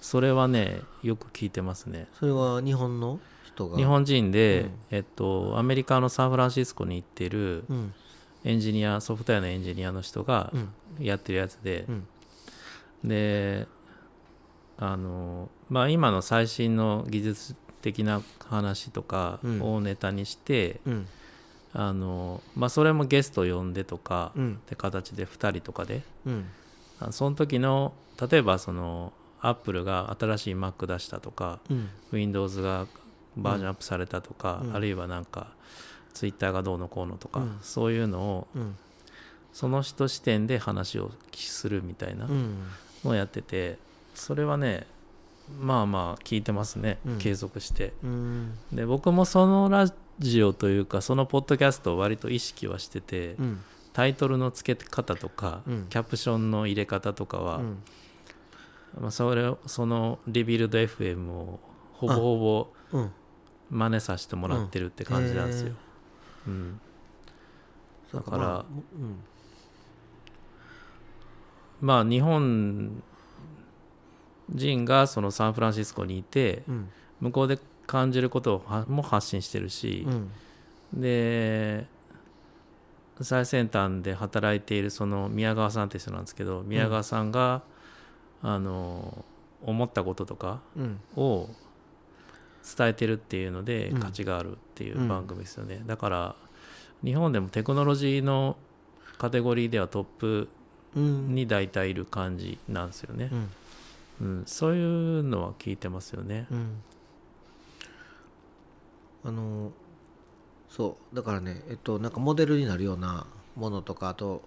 [SPEAKER 1] それはねよく聞いてますね
[SPEAKER 2] それは日本の人が
[SPEAKER 1] 日本人で、
[SPEAKER 2] うん
[SPEAKER 1] えっとアメリカのサンフランシスコに行ってる
[SPEAKER 2] うん
[SPEAKER 1] エンジニアソフトウェアのエンジニアの人が
[SPEAKER 2] うん
[SPEAKER 1] やってるやつで
[SPEAKER 2] う、ん
[SPEAKER 1] であのまあ今の最新の技術的な話とか
[SPEAKER 2] うん
[SPEAKER 1] をネタにして、
[SPEAKER 2] うん
[SPEAKER 1] あのまあ、それもゲスト呼んでとか
[SPEAKER 2] うん
[SPEAKER 1] って形で2人とかで
[SPEAKER 2] うん
[SPEAKER 1] あその時の例えばそのアップルが新しい Mac 出したとか
[SPEAKER 2] うん、
[SPEAKER 1] Windows がバージョンアップされたとか、
[SPEAKER 2] うん
[SPEAKER 1] あるいはなんか Twitter がどうのこうのとか、
[SPEAKER 2] うん
[SPEAKER 1] そういうのを
[SPEAKER 2] うん
[SPEAKER 1] その人視点で話をするみたいな
[SPEAKER 2] うん
[SPEAKER 1] のをやっててそれはねまあまあ聞いてますね、
[SPEAKER 2] うん
[SPEAKER 1] 継続して
[SPEAKER 2] うん
[SPEAKER 1] で僕もそのラジオというかそのポッドキャストを割と意識はしてて、
[SPEAKER 2] うん
[SPEAKER 1] タイトルの付け方とか、
[SPEAKER 2] うん
[SPEAKER 1] キャプションの入れ方とかは、
[SPEAKER 2] うん
[SPEAKER 1] まあ、それをそのリビルド FM をほぼほぼ
[SPEAKER 2] うん
[SPEAKER 1] 真似させてもらってるって感じなんですよ、うん
[SPEAKER 2] だ
[SPEAKER 1] だ
[SPEAKER 2] か、
[SPEAKER 1] からら
[SPEAKER 2] まあうん、
[SPEAKER 1] まあ日本人がそのサンフランシスコにいて
[SPEAKER 2] うん
[SPEAKER 1] 向こうで感じることをはも発信してるし、
[SPEAKER 2] うん
[SPEAKER 1] で最先端で働いているその宮川さんって人なんですけど宮川さんが、あの思ったこととか
[SPEAKER 2] うん
[SPEAKER 1] を伝えてるっていうので
[SPEAKER 2] うん
[SPEAKER 1] 価値があるっていううん番組ですよね、だから日本でもテクノロジーのカテゴリーではトップ
[SPEAKER 2] うん
[SPEAKER 1] に大体いる感じなんですよね
[SPEAKER 2] う、ん
[SPEAKER 1] うん、そういうのは聞いてますよね
[SPEAKER 2] うんあのそうだからねえっとなんかモデルになるようなものとかあと、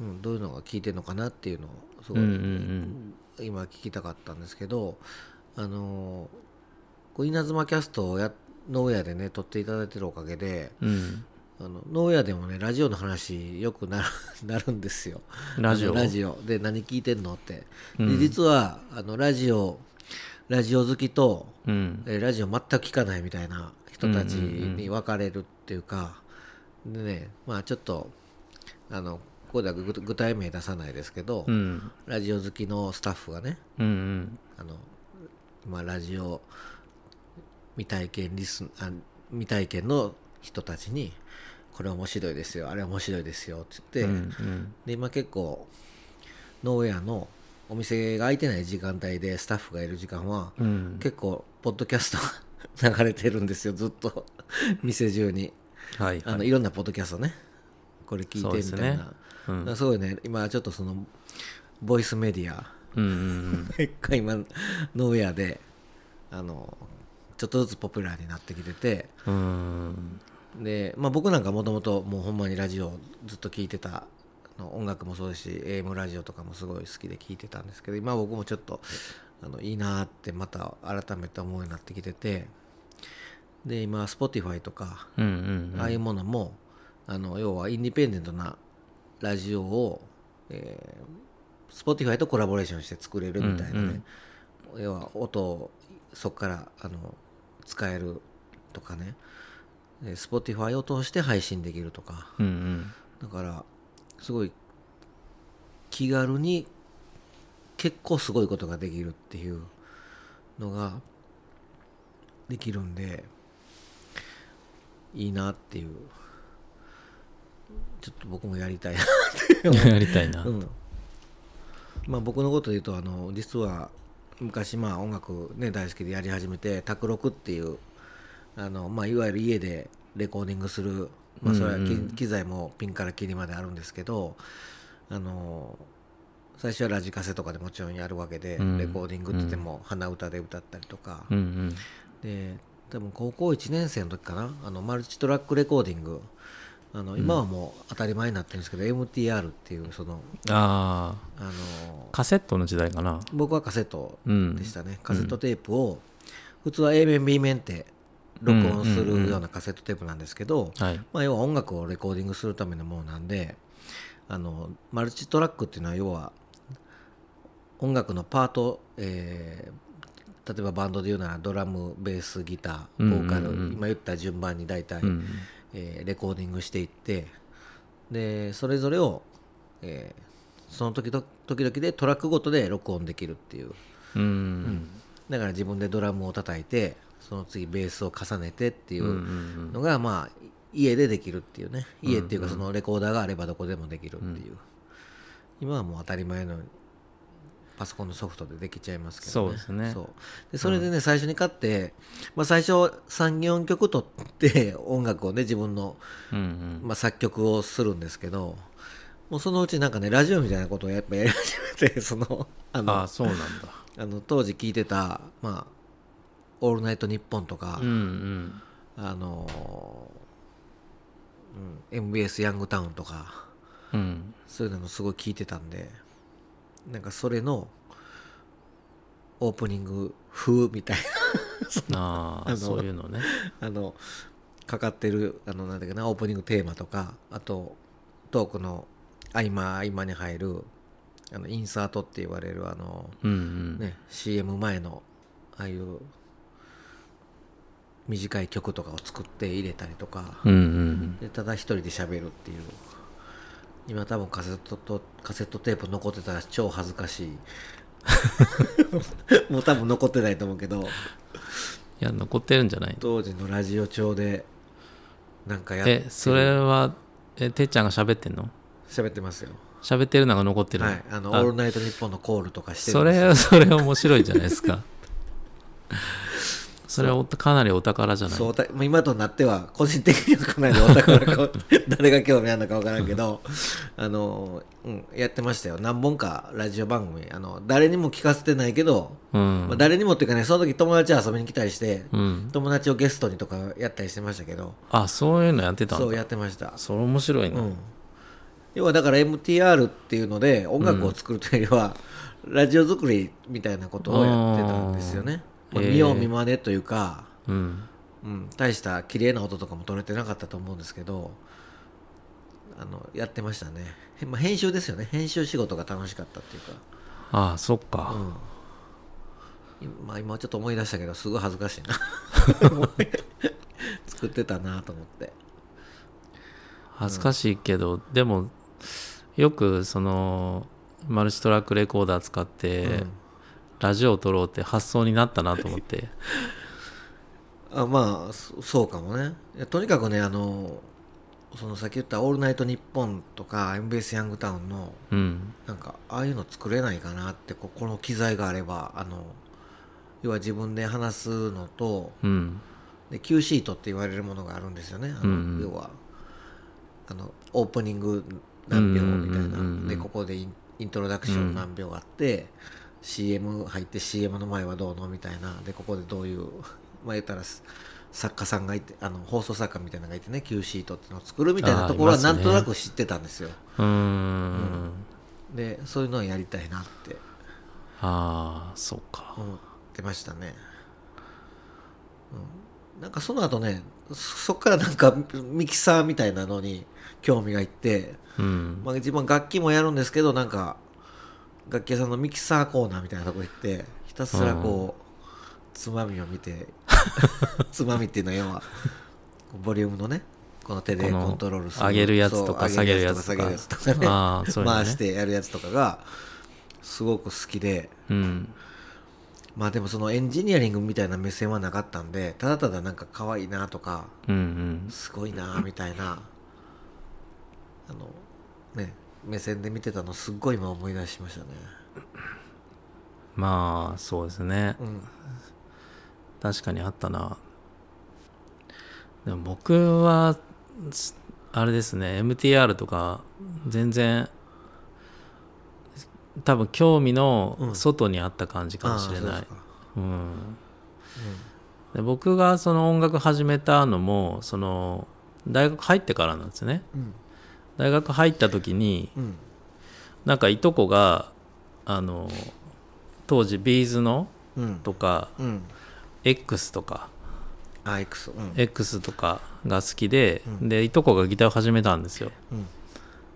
[SPEAKER 2] うん、どういうのが効いてるのかなっていうのをすごい、
[SPEAKER 1] うんうん
[SPEAKER 2] 今聞きたかったんですけどあのこう稲妻キャストをやノーウェアでね撮っていただいてるおかげで
[SPEAKER 1] うん
[SPEAKER 2] あのノーウェアでもねラジオの話よくななるん [LAUGHS] ですよ
[SPEAKER 1] ラジ
[SPEAKER 2] あ
[SPEAKER 1] オ
[SPEAKER 2] のラジオで何聞いてんのって、で
[SPEAKER 1] うん
[SPEAKER 2] 実はあのラジオラジオ好きと
[SPEAKER 1] うん
[SPEAKER 2] えーラジオ全く聞かないみたいな人たち
[SPEAKER 1] うんうんう
[SPEAKER 2] に
[SPEAKER 1] ん
[SPEAKER 2] 分かれるっていうか、でねまあちょっとあのここでは具具体名出さないですけど、
[SPEAKER 1] うん
[SPEAKER 2] ラジオ好きのスタッフがね
[SPEAKER 1] うんうん
[SPEAKER 2] あの、まあ、ラジオ未体験リスあ未体験の人たちに「これ面白いですよあれ面白いですよ」って言
[SPEAKER 1] う
[SPEAKER 2] って、
[SPEAKER 1] んうん
[SPEAKER 2] で今結構ノーウェアのお店が開いてない時間帯でスタッフがいる時間は
[SPEAKER 1] うん
[SPEAKER 2] 結構ポッドキャスト [LAUGHS] が流れてるんですよずっと [LAUGHS] 店中に
[SPEAKER 1] はい
[SPEAKER 2] あ
[SPEAKER 1] は
[SPEAKER 2] の
[SPEAKER 1] い
[SPEAKER 2] いろんなポッドキャストねこれ聞い
[SPEAKER 1] そう
[SPEAKER 2] て
[SPEAKER 1] で
[SPEAKER 2] み
[SPEAKER 1] す
[SPEAKER 2] たい
[SPEAKER 1] ね
[SPEAKER 2] な
[SPEAKER 1] う
[SPEAKER 2] だ
[SPEAKER 1] ん
[SPEAKER 2] か
[SPEAKER 1] う
[SPEAKER 2] ら
[SPEAKER 1] ん
[SPEAKER 2] すごいね今ちょっとそのボイスメディア
[SPEAKER 1] うん
[SPEAKER 2] 結構今ノーウェアであのちょっとずつポピュラーになってきてて
[SPEAKER 1] うんうん
[SPEAKER 2] で、まあ、僕なんかもともともうほんまにラジオずっと聞いてたあの音楽もそうですし AM ラジオとかもすごい好きで聞いてたんですけど今僕もちょっとあのいいなーってまた改めて思うようになってきててで今 Spotify とか
[SPEAKER 1] うんうんうん
[SPEAKER 2] ああいうものも、あの要はインディペンデントなラジオを、えー、Spotify とコラボレーションして作れるみたいなね、要は音をそこからあの使えるとかねで Spotify を通して配信できるとか
[SPEAKER 1] うんうん
[SPEAKER 2] だからすごい気軽に結構すごいことができるっていうのができるんでいいなっていうちょっと僕もやりたいな
[SPEAKER 1] やりたいな
[SPEAKER 2] うんまあ僕のことで言うとあの実は昔まあ音楽ね大好きでやり始めて卓録っていうあのまあいわゆる家でレコーディングするまあそれはき
[SPEAKER 1] うんうん
[SPEAKER 2] 機材もピンからキリまであるんですけどあの最初はラジカセとかでもちろんやるわけで
[SPEAKER 1] うん
[SPEAKER 2] レコーディングって言っても鼻歌で歌ったりとか
[SPEAKER 1] うんうん
[SPEAKER 2] で多分高校1年生の時かなあのマルチトラックレコーディングあの今はもう当たり前になってるんですけど MTR っていうその
[SPEAKER 1] ああ
[SPEAKER 2] あの
[SPEAKER 1] カセットの時代かな
[SPEAKER 2] 僕はカセット
[SPEAKER 1] うん
[SPEAKER 2] でしたね、カセットテープを普通は A 面 B 面って録音するようなカセットテープなんですけど、
[SPEAKER 1] はい
[SPEAKER 2] まあ、要は音楽をレコーディングするためのものなんであのマルチトラックっていうのは要は音楽のパート、えー例えばバンドで言うならドラムベースギターボーカ
[SPEAKER 1] うん
[SPEAKER 2] ル、
[SPEAKER 1] うんうん
[SPEAKER 2] 今言った順番に大体、
[SPEAKER 1] うん
[SPEAKER 2] えーレコーディングしていってでそれぞれを、えーその時々時々でトラックごとで録音できるっていう
[SPEAKER 1] うん
[SPEAKER 2] だから自分でドラムを叩いてその次ベースを重ねてってい
[SPEAKER 1] うんう
[SPEAKER 2] うんのが、まあ家でできるっていうね家っていうかそのレコーダーがあればどこでもできるっていう、今はもう当たり前のようにパソコンのソフトでできちゃいますけど
[SPEAKER 1] そう
[SPEAKER 2] ね
[SPEAKER 1] ですね
[SPEAKER 2] そうでそれでね、最初に買って、まあ、最初34曲取って音楽をね自分の
[SPEAKER 1] うんうん
[SPEAKER 2] まあ、作曲をするんですけどもうそのうちなんかねラジオみたいなことをやっぱやり始めて [LAUGHS] そのあの
[SPEAKER 1] あ
[SPEAKER 2] あ
[SPEAKER 1] あそうなんだ
[SPEAKER 2] の当時聞いてた「まあ、オールナイトニッポン」とか、
[SPEAKER 1] うんうん
[SPEAKER 2] あのーうん、MBS ヤングタウンとか
[SPEAKER 1] うん
[SPEAKER 2] そういうのもすごい聞いてたんでなんかそれのオープニング風みたい
[SPEAKER 1] あ
[SPEAKER 2] あの
[SPEAKER 1] あそういう
[SPEAKER 2] [LAUGHS]
[SPEAKER 1] のね
[SPEAKER 2] あのかかってるあのなんだっけなオープニングテーマとかあとトークの合間合間に入るあのインサートって言われるあの、
[SPEAKER 1] うんうん
[SPEAKER 2] ね、CM 前のああいう短い曲とかを作って入れたりとか、
[SPEAKER 1] うんうん
[SPEAKER 2] でただ一人で喋るっていう今多分カセットとカセットテープ残ってたら超恥ずかしい [LAUGHS] もう多分残ってないと思うけど
[SPEAKER 1] いや残ってるんじゃない
[SPEAKER 2] 当時のラジオ帳でなんかやって
[SPEAKER 1] えそれはえてっちゃんが喋ってんの
[SPEAKER 2] 喋ってますよ
[SPEAKER 1] 喋ってるのが残ってるの
[SPEAKER 2] はいあの「オールナイトニッポン」のコールとかしてる
[SPEAKER 1] そ
[SPEAKER 2] んですよ
[SPEAKER 1] れそれ面白いじゃないですか [LAUGHS] それはおかなりお宝じゃない
[SPEAKER 2] そうたもう今となっては個人的にはかなりお宝か [LAUGHS] 誰が興味あるのか分からん
[SPEAKER 1] [LAUGHS]
[SPEAKER 2] けどあの、うん、やってましたよ何本かラジオ番組あの誰にも聞かせてないけど、
[SPEAKER 1] うん
[SPEAKER 2] まあ、誰にもっていうかねその時友達遊びに来たりして、
[SPEAKER 1] うん
[SPEAKER 2] 友達をゲストにとかやったりしてましたけど
[SPEAKER 1] あそういうのやってた
[SPEAKER 2] そ
[SPEAKER 1] ん
[SPEAKER 2] う
[SPEAKER 1] だ
[SPEAKER 2] やってました
[SPEAKER 1] それ面白いな、
[SPEAKER 2] うん、要はだから MTR っていうので音楽を作るというよりは、ラジオ作りみたいなことをやってたんですよ
[SPEAKER 1] あー
[SPEAKER 2] ね、まあ
[SPEAKER 1] へー
[SPEAKER 2] 見よう見まねというか、
[SPEAKER 1] うん
[SPEAKER 2] うん、大した綺麗な音とかも取れてなかったと思うんですけどあのやってましたね、へまあ、編集ですよね編集仕事が楽しかったっていうか、
[SPEAKER 1] ああそっ
[SPEAKER 2] う
[SPEAKER 1] か、
[SPEAKER 2] ん今まあ、今ちょっと思い出したけどすごい恥ずかし
[SPEAKER 1] [LAUGHS]
[SPEAKER 2] いな [LAUGHS] 作ってたなと思って
[SPEAKER 1] 恥ずかしいけど、でもよくそのマルチトラックレコーダー使って、
[SPEAKER 2] うん
[SPEAKER 1] ラジオを撮ろうって発想になったなと思って
[SPEAKER 2] [LAUGHS] あまあそそうかもねいやとにかくねあのそのさっき言った「オールナイトニッポン」とか「MBS ヤングタウン」の
[SPEAKER 1] うん
[SPEAKER 2] なんかああいうの作れないかなってここの機材があればあの要は自分で話すのと
[SPEAKER 1] うん
[SPEAKER 2] で Q シートって言われるものがあるんですよねあ
[SPEAKER 1] う
[SPEAKER 2] の、
[SPEAKER 1] んうん
[SPEAKER 2] 要はあのオープニング何秒みたいな、
[SPEAKER 1] うんうんうんうん
[SPEAKER 2] でここでインイントロダクション何秒あって、CM 入って CM の前はどうのみたいなでここでどういうまあ言ったらす作家さんがいてあの放送作家みたいなのがいてね Q シートっていうのを作るみたいなところ
[SPEAKER 1] あ
[SPEAKER 2] は
[SPEAKER 1] ーいます
[SPEAKER 2] なん
[SPEAKER 1] ね
[SPEAKER 2] となく知ってたんですよ
[SPEAKER 1] うーん
[SPEAKER 2] でそういうのをやりたいなって
[SPEAKER 1] ああそっか
[SPEAKER 2] 思ってましたね、うん、なんかその後ねそそっからなんかミキサーみたいなのに興味がいって、
[SPEAKER 1] うん
[SPEAKER 2] まあ、自分は楽器もやるんですけどなんか楽器屋さんのミキサーコーナーみたいなとこ行ってひたすらこう、つまみを見て [LAUGHS] つまみっていうのは要はボリュームのねこの手で
[SPEAKER 1] この
[SPEAKER 2] コントロールする
[SPEAKER 1] 上げるやつとか
[SPEAKER 2] そう
[SPEAKER 1] 下げるやつとか
[SPEAKER 2] 上げるやつとか下げるやつとかね
[SPEAKER 1] ああそういうのね
[SPEAKER 2] 回してやるやつとかがすごく好きで
[SPEAKER 1] うん
[SPEAKER 2] まあでもそのエンジニアリングみたいな目線はなかったんでただただなんか可愛いなとか
[SPEAKER 1] うんうん
[SPEAKER 2] すごいなみたいなあのね目線で見てたのすっごい今思い出しましたね
[SPEAKER 1] まあそうですね
[SPEAKER 2] うん
[SPEAKER 1] 確かにあったなでも僕はすあれですね MTR とか全然多分興味の外にあった感じかもしれ
[SPEAKER 2] あ
[SPEAKER 1] な
[SPEAKER 2] あ
[SPEAKER 1] い
[SPEAKER 2] そうです、か
[SPEAKER 1] うんで僕がその音楽始めたのもその大学入ってからなんですね
[SPEAKER 2] うん
[SPEAKER 1] 大学入った時に
[SPEAKER 2] うん
[SPEAKER 1] なんかいとこがあの当時ビーズの
[SPEAKER 2] うん
[SPEAKER 1] とか
[SPEAKER 2] うん
[SPEAKER 1] X とか
[SPEAKER 2] あ X うん
[SPEAKER 1] X とかが好きで、
[SPEAKER 2] うん
[SPEAKER 1] でいとこがギターを始めたんですよ
[SPEAKER 2] うん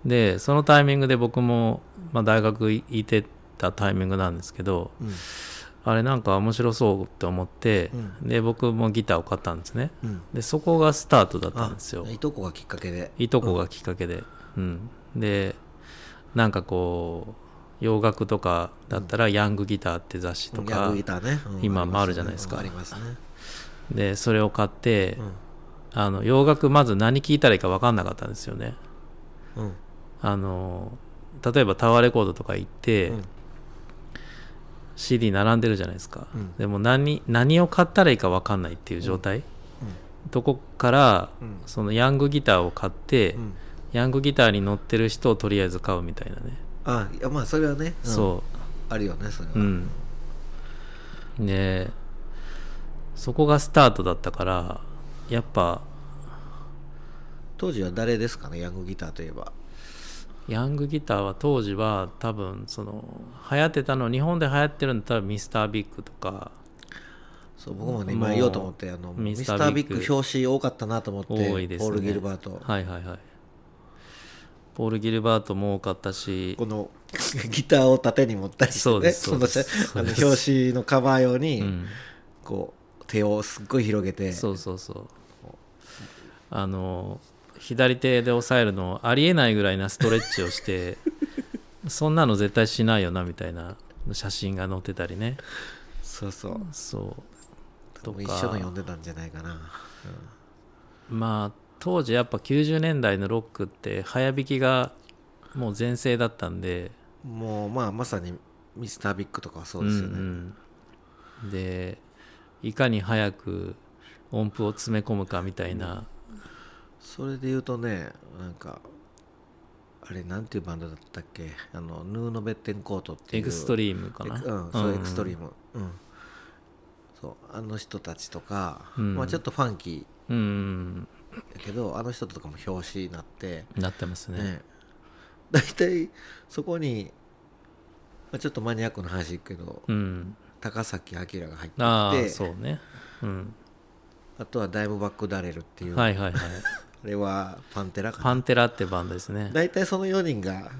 [SPEAKER 1] でそのタイミングで僕も、まあ、大学いいてたタイミングなんですけど
[SPEAKER 2] うん
[SPEAKER 1] あれなんか面白そうって思って、で僕もギターを買ったんですね
[SPEAKER 2] うん
[SPEAKER 1] でそこがスタートだったんですよ
[SPEAKER 2] あいとこがきっかけで
[SPEAKER 1] いとこがきっかけで、うんでなんかこう洋楽とかだったら「ヤングギター」って雑誌と
[SPEAKER 2] ギャ
[SPEAKER 1] か
[SPEAKER 2] グギターね、うん
[SPEAKER 1] 今もある
[SPEAKER 2] りますね
[SPEAKER 1] じゃないですか
[SPEAKER 2] うんありますね
[SPEAKER 1] でそれを買って
[SPEAKER 2] うん
[SPEAKER 1] あの洋楽まず何聴いたらいいか分かんなかったんですよね
[SPEAKER 2] うん
[SPEAKER 1] あの例えばタワーレコードとか行って、
[SPEAKER 2] うん
[SPEAKER 1] CD 並んでるじゃないですか、
[SPEAKER 2] うん
[SPEAKER 1] でも何何を買ったらいいか分かんないっていう状態、とこから、
[SPEAKER 2] うん
[SPEAKER 1] そのヤングギターを買って、
[SPEAKER 2] うん
[SPEAKER 1] ヤングギターに乗ってる人をとりあえず買うみたいなね、
[SPEAKER 2] あいやまあそれはね、うん
[SPEAKER 1] そ
[SPEAKER 2] あるよねそれは
[SPEAKER 1] ううんでそこがスタートだったからやっぱ
[SPEAKER 2] 当時は誰ですかねヤングギターといえば
[SPEAKER 1] ヤングギターは当時は多分その流行ってたの日本で流行ってるの多分ミスタービッグとか
[SPEAKER 2] そう僕もね
[SPEAKER 1] もう
[SPEAKER 2] 今言おうと思ってあの
[SPEAKER 1] ミ
[SPEAKER 2] ミ
[SPEAKER 1] ス
[SPEAKER 2] ス
[SPEAKER 1] タ
[SPEAKER 2] タ
[SPEAKER 1] ー
[SPEAKER 2] ー
[SPEAKER 1] ビ
[SPEAKER 2] ビ
[SPEAKER 1] ッ
[SPEAKER 2] ッ
[SPEAKER 1] グ
[SPEAKER 2] グ表紙多かったなと思って
[SPEAKER 1] 多いですね
[SPEAKER 2] ポール・ギルバート、
[SPEAKER 1] はいはいはいポール・ギルバートも多かったし
[SPEAKER 2] この [LAUGHS] ギターを縦に持ったりして
[SPEAKER 1] そうで
[SPEAKER 2] ね
[SPEAKER 1] す
[SPEAKER 2] そ
[SPEAKER 1] そう
[SPEAKER 2] の
[SPEAKER 1] です
[SPEAKER 2] [LAUGHS] あ
[SPEAKER 1] そう
[SPEAKER 2] の
[SPEAKER 1] です
[SPEAKER 2] 表紙のカバー用に、
[SPEAKER 1] うん
[SPEAKER 2] こう手をすっごい広げて
[SPEAKER 1] そうそうそうあの左手で押さえるのありえないぐらいなストレッチをして [LAUGHS] そんなの絶対しないよなみたいな写真が載ってたりね
[SPEAKER 2] そうそう
[SPEAKER 1] そうと
[SPEAKER 2] も
[SPEAKER 1] か
[SPEAKER 2] う一緒の読んでたんじゃないかな、
[SPEAKER 1] まあ当時やっぱ90年代のロックって早弾きがもう全盛だったんで
[SPEAKER 2] うんもうまあまさにミスタービッグとかはそうですよね、
[SPEAKER 1] んうんでいかに早く音符を詰め込むかみたいな、
[SPEAKER 2] それで言うとねなんかあれなんていうバンドだったっけあのヌーノ・ベッテンコートってい
[SPEAKER 1] エ
[SPEAKER 2] う
[SPEAKER 1] クストリームかな
[SPEAKER 2] エクうんそうエクストリームうん、そうあの人たちとか、
[SPEAKER 1] うん
[SPEAKER 2] まあちょっとファンキ
[SPEAKER 1] うんうん
[SPEAKER 2] ーやけどあの人とかも表紙になって
[SPEAKER 1] なってますね
[SPEAKER 2] ね大体そこに、まあ、ちょっとマニアックな話いくけど、
[SPEAKER 1] うん
[SPEAKER 2] 高崎明が入ってきて
[SPEAKER 1] ああ
[SPEAKER 2] あ
[SPEAKER 1] そうねうん
[SPEAKER 2] とはダイムバック・ダレルっていう、
[SPEAKER 1] はいはいはい
[SPEAKER 2] あれはパンテラか
[SPEAKER 1] パ
[SPEAKER 2] な
[SPEAKER 1] ンテラってバンドです
[SPEAKER 2] [LAUGHS]
[SPEAKER 1] ね
[SPEAKER 2] 大体その4人が、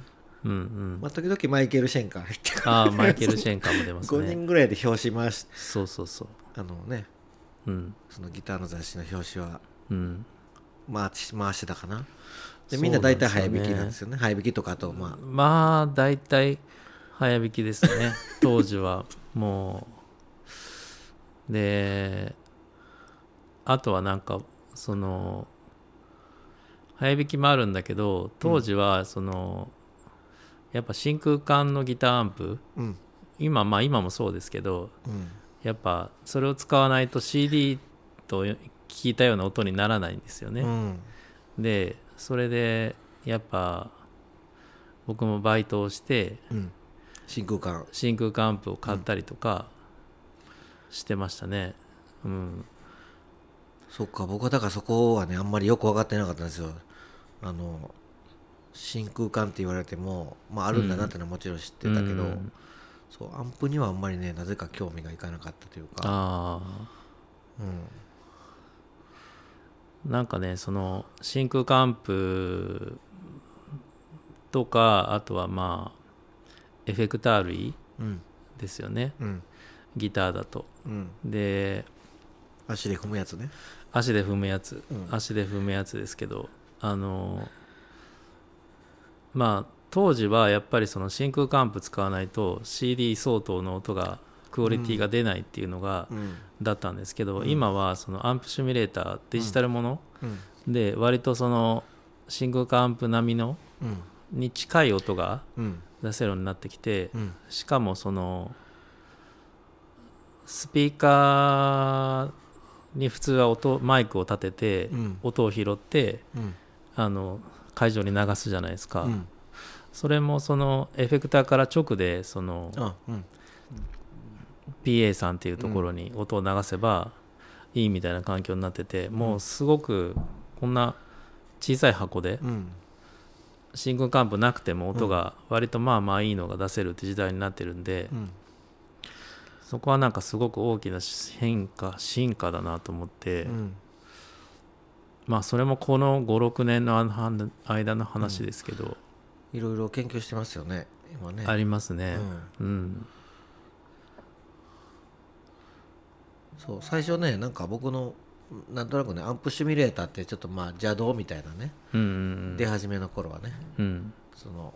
[SPEAKER 1] うんうん
[SPEAKER 2] まあ、時々マイケル・シェンカー入ってくる
[SPEAKER 1] ああマイケル・シェンカーも出ます
[SPEAKER 2] 5
[SPEAKER 1] ね
[SPEAKER 2] 人ぐらいで表紙回し
[SPEAKER 1] そうそうそう
[SPEAKER 2] あのね
[SPEAKER 1] うん
[SPEAKER 2] そのギターの雑誌の表紙は
[SPEAKER 1] うん
[SPEAKER 2] 回し回してたかなで
[SPEAKER 1] そう
[SPEAKER 2] みんな大体早
[SPEAKER 1] なんですよ
[SPEAKER 2] 弾
[SPEAKER 1] ね
[SPEAKER 2] きなんですよね早弾きとかあとまあ
[SPEAKER 1] まあ大体早引きですね当時はもうであとはなんかその早引きもあるんだけど当時はその、やっぱ真空管のギターアンプ
[SPEAKER 2] うん
[SPEAKER 1] 今まあ今もそうですけど
[SPEAKER 2] うん
[SPEAKER 1] やっぱそれを使わないと CD と聞いたような音にならないんですよね、
[SPEAKER 2] うん
[SPEAKER 1] でそれでやっぱ僕もバイトをして
[SPEAKER 2] うん真空管
[SPEAKER 1] 真空管アンプを買ったりとかしてましたねうん、
[SPEAKER 2] そっか僕はだからそこはねあんまりよく分かってなかったんですよあの真空管って言われてもまああるんだなってのはもちろん知ってたけど、
[SPEAKER 1] うん
[SPEAKER 2] そうアンプにはあんまりねなぜか興味がいかなかったというか
[SPEAKER 1] あ
[SPEAKER 2] うん
[SPEAKER 1] あなんかねその真空管アンプとかあとはまあエフェクター類
[SPEAKER 2] うん
[SPEAKER 1] ですよね
[SPEAKER 2] うん
[SPEAKER 1] ギターだと
[SPEAKER 2] うん
[SPEAKER 1] で
[SPEAKER 2] 足で踏むやつね
[SPEAKER 1] 足で踏むやつ、
[SPEAKER 2] うん
[SPEAKER 1] 足で踏むやつですけどあのまあ当時はやっぱりその真空管アンプ使わないと CD 相当の音がクオリティが出ないっていうのが、
[SPEAKER 2] うん
[SPEAKER 1] だったんですけど、
[SPEAKER 2] うん
[SPEAKER 1] 今はそのアンプシミュレーターデジタルもの、
[SPEAKER 2] うん
[SPEAKER 1] で割とその真空管アンプ並みの
[SPEAKER 2] うん
[SPEAKER 1] に近い音が
[SPEAKER 2] うん
[SPEAKER 1] 出せるようになってきて、
[SPEAKER 2] うん
[SPEAKER 1] しかもそのスピーカーに普通は音マイクを立てて、
[SPEAKER 2] うん
[SPEAKER 1] 音を拾って
[SPEAKER 2] うん
[SPEAKER 1] あの会場に流すじゃないですか、
[SPEAKER 2] うん
[SPEAKER 1] それもそのエフェクターから直でその
[SPEAKER 2] あうん
[SPEAKER 1] PA さんっていうところに音を流せばいいみたいな環境になってて、もうすごくこんな小さい箱で
[SPEAKER 2] うん
[SPEAKER 1] 真空管部なくても音が割とまあまあいいのが出せるって時代になってるんで、
[SPEAKER 2] うん
[SPEAKER 1] そこはなんかすごく大きな変化進化だなと思って、
[SPEAKER 2] うん
[SPEAKER 1] まあそれもこの56年のあのはん間の話ですけど、
[SPEAKER 2] いろいろ研究してますよね今ね
[SPEAKER 1] ありますね
[SPEAKER 2] うん
[SPEAKER 1] うん
[SPEAKER 2] そう最初ねなんか僕のなんとなくねアンプシミュレーターってちょっとまあ邪道みたいなね、
[SPEAKER 1] うんうん
[SPEAKER 2] 出始めの頃はね
[SPEAKER 1] うんうん
[SPEAKER 2] その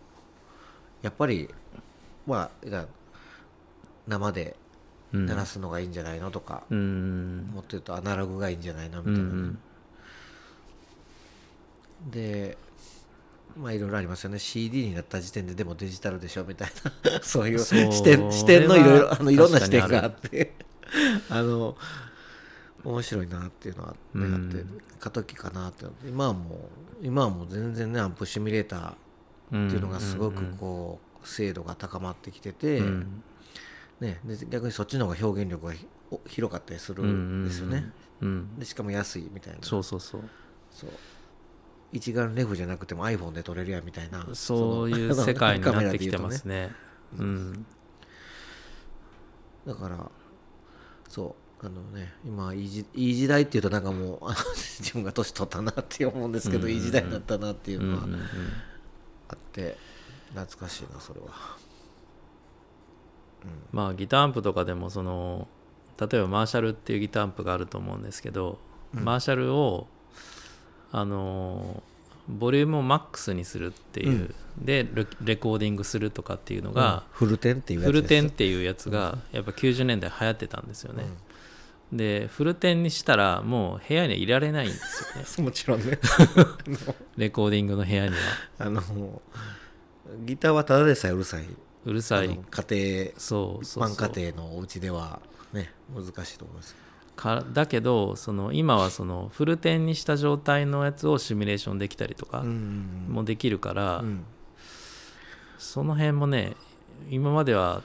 [SPEAKER 2] やっぱりまあが生で
[SPEAKER 1] うん
[SPEAKER 2] 鳴らすのがいいんじゃないのとか、
[SPEAKER 1] うんうん
[SPEAKER 2] もっと言うとアナログがいいんじゃないのみ
[SPEAKER 1] う
[SPEAKER 2] たいな、
[SPEAKER 1] ん
[SPEAKER 2] でまあいろいろありますよね CD になった時点ででもデジタルでしょみたいな [LAUGHS] そういう
[SPEAKER 1] そう
[SPEAKER 2] 視点視点のいろいろあのいろんな視点
[SPEAKER 1] 確か
[SPEAKER 2] が
[SPEAKER 1] に
[SPEAKER 2] あ
[SPEAKER 1] あ
[SPEAKER 2] っ
[SPEAKER 1] る
[SPEAKER 2] て [LAUGHS] あの面白いなっていうのは、ね
[SPEAKER 1] うん
[SPEAKER 2] あって過渡期かなって今はもう今はもう全然ねアンプシミュレーター
[SPEAKER 1] うん
[SPEAKER 2] っていうのがすご
[SPEAKER 1] うんう
[SPEAKER 2] く
[SPEAKER 1] んうん
[SPEAKER 2] こう精度が高まってきてて、
[SPEAKER 1] うん
[SPEAKER 2] ね、で逆にそっちの方が表現力がひお広かったりするんですよね、
[SPEAKER 1] うんうんうん
[SPEAKER 2] でしかも安いみたいな
[SPEAKER 1] そうそうそう
[SPEAKER 2] そう一眼レフじゃなくても iPhone で撮れるやみたいな
[SPEAKER 1] そういう
[SPEAKER 2] の
[SPEAKER 1] 世界に
[SPEAKER 2] カメ
[SPEAKER 1] なっ
[SPEAKER 2] ラで
[SPEAKER 1] てき
[SPEAKER 2] 言う
[SPEAKER 1] て
[SPEAKER 2] と
[SPEAKER 1] ますねうん
[SPEAKER 2] だからそうあのね今いいじいい時代っていうとなんかもうあの [LAUGHS] 自分が年取ったなって思うんですけ
[SPEAKER 1] うん
[SPEAKER 2] ど、
[SPEAKER 1] うんうん
[SPEAKER 2] いい時代だったなっていう
[SPEAKER 1] うん
[SPEAKER 2] の
[SPEAKER 1] う
[SPEAKER 2] は
[SPEAKER 1] ん
[SPEAKER 2] あって懐かしいなそれは
[SPEAKER 1] まあギターアンプとかでもその例えばマーシャルっていうギターアンプがあると思うんですけど、
[SPEAKER 2] うん
[SPEAKER 1] マーシャルをあのーボリュームをマックスにするっていう、でレレコーディングするとかっていうのが、
[SPEAKER 2] フルテンっていうやつ
[SPEAKER 1] フルテンっ
[SPEAKER 2] です
[SPEAKER 1] ていうやつがやっぱ90年代流行ってたんですよね、でフルテンにしたらもう部屋にはいられないんです
[SPEAKER 2] [LAUGHS]
[SPEAKER 1] よね
[SPEAKER 2] もちろん
[SPEAKER 1] [LAUGHS]
[SPEAKER 2] ね
[SPEAKER 1] レコーディングの部屋には
[SPEAKER 2] あのギターはただでさえうるさいう
[SPEAKER 1] るさ
[SPEAKER 2] あ
[SPEAKER 1] い
[SPEAKER 2] の家
[SPEAKER 1] そうそう
[SPEAKER 2] 庭
[SPEAKER 1] そう
[SPEAKER 2] 一般家庭のお家ではね難しいと思います
[SPEAKER 1] かだけどその今はそのフルテンにした状態のやつをシミュレーションできたりとか
[SPEAKER 2] ん
[SPEAKER 1] もできるから、
[SPEAKER 2] うん
[SPEAKER 1] その辺もね今までは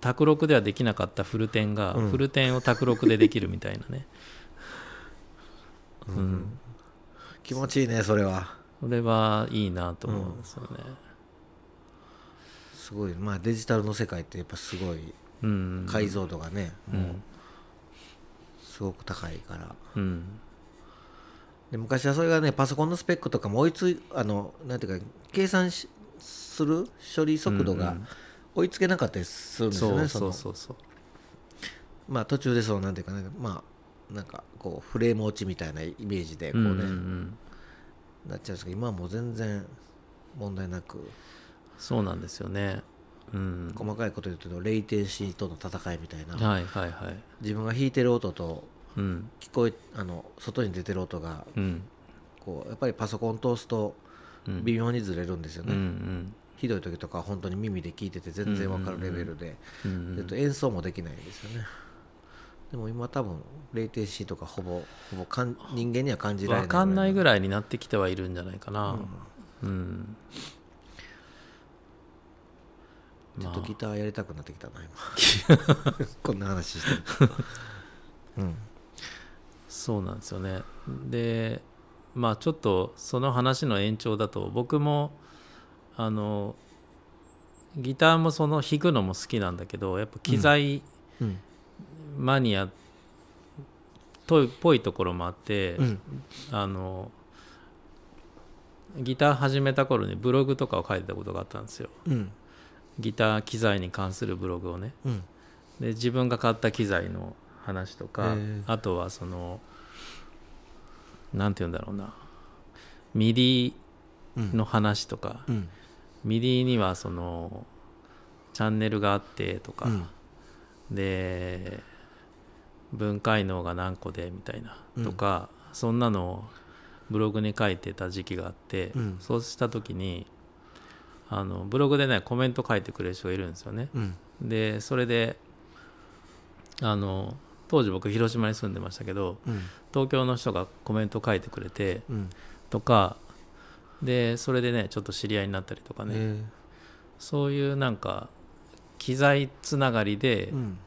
[SPEAKER 1] 卓録ではできなかったフルテンが、
[SPEAKER 2] うん
[SPEAKER 1] フルテンを卓録でできるみたいな
[SPEAKER 2] [LAUGHS]
[SPEAKER 1] ねうん、
[SPEAKER 2] 気持ちいいねそれは
[SPEAKER 1] これはいいなと思うんですよね
[SPEAKER 2] すごいまあデジタルの世界ってやっぱすごい
[SPEAKER 1] うん
[SPEAKER 2] 解像度がね、
[SPEAKER 1] う
[SPEAKER 2] もうんすごく高いから
[SPEAKER 1] うん
[SPEAKER 2] で昔はそれがねパソコンのスペックとかも追いついあのなんていうか計算しする処理速度
[SPEAKER 1] う
[SPEAKER 2] が
[SPEAKER 1] んうん
[SPEAKER 2] 追いつけなかったりするんですよね、
[SPEAKER 1] そう
[SPEAKER 2] そ
[SPEAKER 1] そ
[SPEAKER 2] の
[SPEAKER 1] うそうそう
[SPEAKER 2] まあ途中でそうなんていうかねまあなんかこうフレーム落ちみたいなイメージでこ
[SPEAKER 1] う
[SPEAKER 2] うんね、
[SPEAKER 1] うんうん
[SPEAKER 2] なっちゃうんですけど今はもう全然問題なく
[SPEAKER 1] そうなんですよねうん
[SPEAKER 2] 細かいこと言うとレイテンシーとの戦いみたいな
[SPEAKER 1] はいはいはい
[SPEAKER 2] 自分が弾いてる音と
[SPEAKER 1] うん
[SPEAKER 2] 聞こえあの外に出てる音が
[SPEAKER 1] うん
[SPEAKER 2] こうやっぱりパソコン通すと
[SPEAKER 1] うん
[SPEAKER 2] 微妙にずれるんですよ
[SPEAKER 1] うんう
[SPEAKER 2] ね、
[SPEAKER 1] ん
[SPEAKER 2] ひどい時とかは本当に耳で聞いてて全然わかるレベルで、
[SPEAKER 1] う
[SPEAKER 2] えっ
[SPEAKER 1] ん
[SPEAKER 2] と、演奏もできないんですよねでも今多分レイテンシーとかほぼほぼかん人間には感じられない
[SPEAKER 1] 分かんないぐ
[SPEAKER 2] らい
[SPEAKER 1] らいになってきてはいるんじゃないかなうん、
[SPEAKER 2] のちょっとギターやりたくなってきたな今
[SPEAKER 1] [LAUGHS]
[SPEAKER 2] こんな話してるとうん
[SPEAKER 1] そうなんですよねでまあちょっとその話の延長だと僕もあのギターもその弾くのも好きなんだけどやっぱ機材
[SPEAKER 2] うん
[SPEAKER 1] マニアとっぽいところもあって、
[SPEAKER 2] うん
[SPEAKER 1] あのギター始めた頃にブログとかを書いてたことがあったんですよ
[SPEAKER 2] うん
[SPEAKER 1] ギター機材に関するブログをね
[SPEAKER 2] うん
[SPEAKER 1] で自分が買った機材の話とか
[SPEAKER 2] へえ
[SPEAKER 1] あとはそのなんて言うんだろうなミディ
[SPEAKER 2] うん
[SPEAKER 1] の話とか、
[SPEAKER 2] うん
[SPEAKER 1] ミディにはそのチャンネルがあってとか、
[SPEAKER 2] うん
[SPEAKER 1] で分解能が何個でみたいなとか、そんなのをブログに書いてた時期があって、
[SPEAKER 2] うん
[SPEAKER 1] そうした時にあのブログでねコメント書いてくれる人がいるんですよね。
[SPEAKER 2] うん
[SPEAKER 1] でそれであの当時僕広島に住んでましたけど
[SPEAKER 2] うん
[SPEAKER 1] 東京の人がコメント書いてくれて
[SPEAKER 2] うん
[SPEAKER 1] とかでそれでねちょっと知り合いになったりとかね、
[SPEAKER 2] え
[SPEAKER 1] そういうなんか機材つながりで
[SPEAKER 2] ー、うん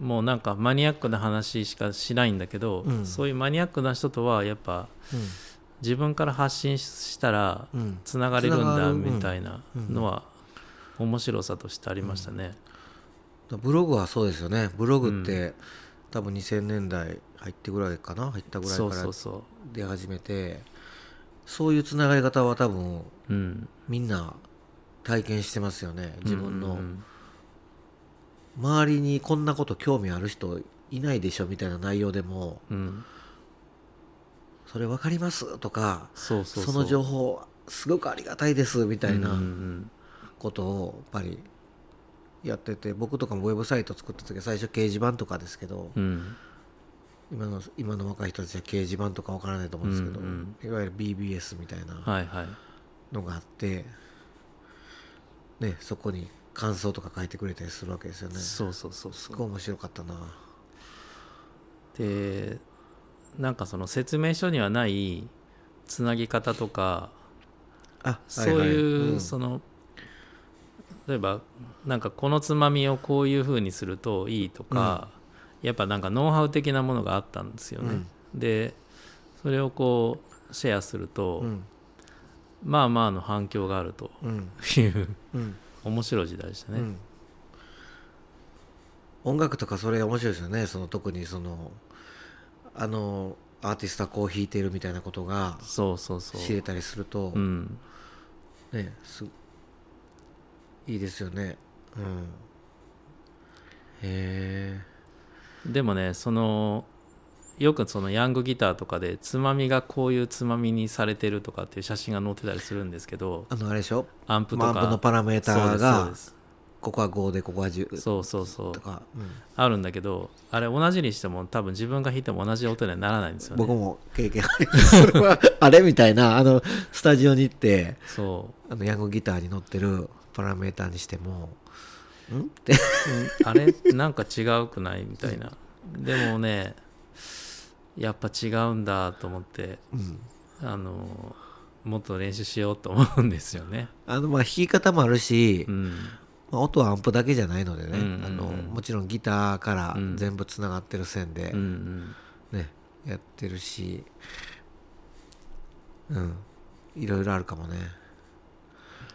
[SPEAKER 1] もうなんかマニアックな話しかしないんだけど、
[SPEAKER 2] うん
[SPEAKER 1] そういうマニアックな人とはやっぱ自分から発信したら
[SPEAKER 2] うんうん
[SPEAKER 1] つながれるん
[SPEAKER 2] つなが
[SPEAKER 1] だ
[SPEAKER 2] る
[SPEAKER 1] みたいな
[SPEAKER 2] うん
[SPEAKER 1] のは面白さとしてありましたね。
[SPEAKER 2] ブログはそうですよねブログって、多分2000年代入ってぐらいかな入ったぐらいか
[SPEAKER 1] そう
[SPEAKER 2] ら
[SPEAKER 1] そうそ
[SPEAKER 2] 出始めてそういうつながり方は多分
[SPEAKER 1] う、うん、
[SPEAKER 2] みんな体験してますよね自分
[SPEAKER 1] うん
[SPEAKER 2] の
[SPEAKER 1] うんうん
[SPEAKER 2] 周りにこんなこと興味ある人いないでしょみたいな内容でも
[SPEAKER 1] うん、
[SPEAKER 2] 「それ分かります」とか
[SPEAKER 1] そう
[SPEAKER 2] 「
[SPEAKER 1] そう
[SPEAKER 2] その情報すごくありがたいです」みた
[SPEAKER 1] う
[SPEAKER 2] い
[SPEAKER 1] んう
[SPEAKER 2] なんことをやっぱりやってて僕とかもウェブサイト作った時は最初掲示板とかですけど
[SPEAKER 1] うんうん
[SPEAKER 2] 今の今の若い人たちは掲示板とか分からないと思うんですけど、
[SPEAKER 1] うん
[SPEAKER 2] いわゆる BBS みたいな
[SPEAKER 1] はいはい
[SPEAKER 2] のがあって、ね、そこに感想とか書いてくれたりするわけですよねす
[SPEAKER 1] そうそうそうそう
[SPEAKER 2] ごい面白かったな
[SPEAKER 1] でなんかその説明書にはないつなぎ方とか
[SPEAKER 2] あ
[SPEAKER 1] そういう、その例えばなんかこのつまみをこういう風にするといいとか、やっぱなんかノウハウ的なものがあったんですよね。でそれをこうシェアすると、
[SPEAKER 2] うん
[SPEAKER 1] まあまあの反響があると
[SPEAKER 2] うん
[SPEAKER 1] いう
[SPEAKER 2] うん
[SPEAKER 1] 面白い時代でした
[SPEAKER 2] うん、
[SPEAKER 1] ね。
[SPEAKER 2] うん音楽とかそれ面白いですよねその特にそのあのアーティストはこう弾いてるみたいなことが
[SPEAKER 1] そうそうそう。
[SPEAKER 2] 知れたりすると、
[SPEAKER 1] うん、
[SPEAKER 2] ねすいいですよねうんへえ
[SPEAKER 1] でもねそのよくそのヤングギターとかでつまみがこういうつまみにされてるとかっていう写真が載ってたりするんですけど
[SPEAKER 2] あのあれでしょ
[SPEAKER 1] アンプと
[SPEAKER 2] まあ
[SPEAKER 1] か、
[SPEAKER 2] アンプのパラメーター
[SPEAKER 1] そう
[SPEAKER 2] が
[SPEAKER 1] ですそう
[SPEAKER 2] ここは5でここは10
[SPEAKER 1] ですそうそうそう
[SPEAKER 2] とか、うん
[SPEAKER 1] あるんだけどあれ同じにしても多分自分が弾いても同じ音にはならないんですよね
[SPEAKER 2] 僕も経験ありますそれはあれみたい [LAUGHS] なあのスタジオに行って
[SPEAKER 1] そう
[SPEAKER 2] あのヤングギターに乗ってるパラメーターにしてもん
[SPEAKER 1] うんあれなんか違うくないみたいなでもねやっぱ違うんだと思って
[SPEAKER 2] うん
[SPEAKER 1] あのもっと練習しようと思うんですよね。
[SPEAKER 2] あのまあ弾き方もあるし、
[SPEAKER 1] うん、
[SPEAKER 2] まあ、音はアンプだけじゃないので
[SPEAKER 1] うん
[SPEAKER 2] ね、
[SPEAKER 1] うんうん
[SPEAKER 2] あのもちろんギターから
[SPEAKER 1] うん
[SPEAKER 2] 全部つながってる線で
[SPEAKER 1] うん、うん、
[SPEAKER 2] ねやってるしうんいろいろあるかもね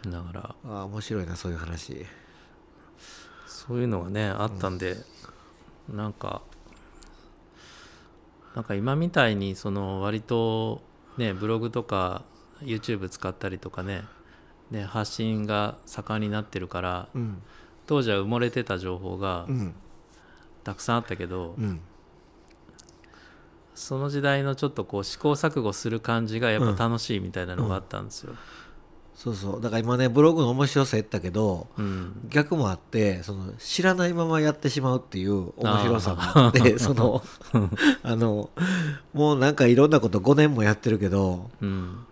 [SPEAKER 1] だから
[SPEAKER 2] ああ面白いなそういう話
[SPEAKER 1] そういうのがねあったんで、なんかなんか今みたいにその割とねブログとか YouTube 使ったりとかねで発信が盛んになってるから
[SPEAKER 2] うん
[SPEAKER 1] 当時は埋もれてた情報が
[SPEAKER 2] うん
[SPEAKER 1] たくさんあったけど、
[SPEAKER 2] うん
[SPEAKER 1] その時代のちょっとこう試行錯誤する感じがやっぱ楽しいみたいなのがあったんですよ。
[SPEAKER 2] そうそうだから今ねブログの面白さ言ったけど
[SPEAKER 1] うん
[SPEAKER 2] 逆もあってその知らないままやってしまうっていう面白さもあって [LAUGHS]
[SPEAKER 1] [LAUGHS]
[SPEAKER 2] そのあのもうなんかいろんなこと5年もやってるけど
[SPEAKER 1] うん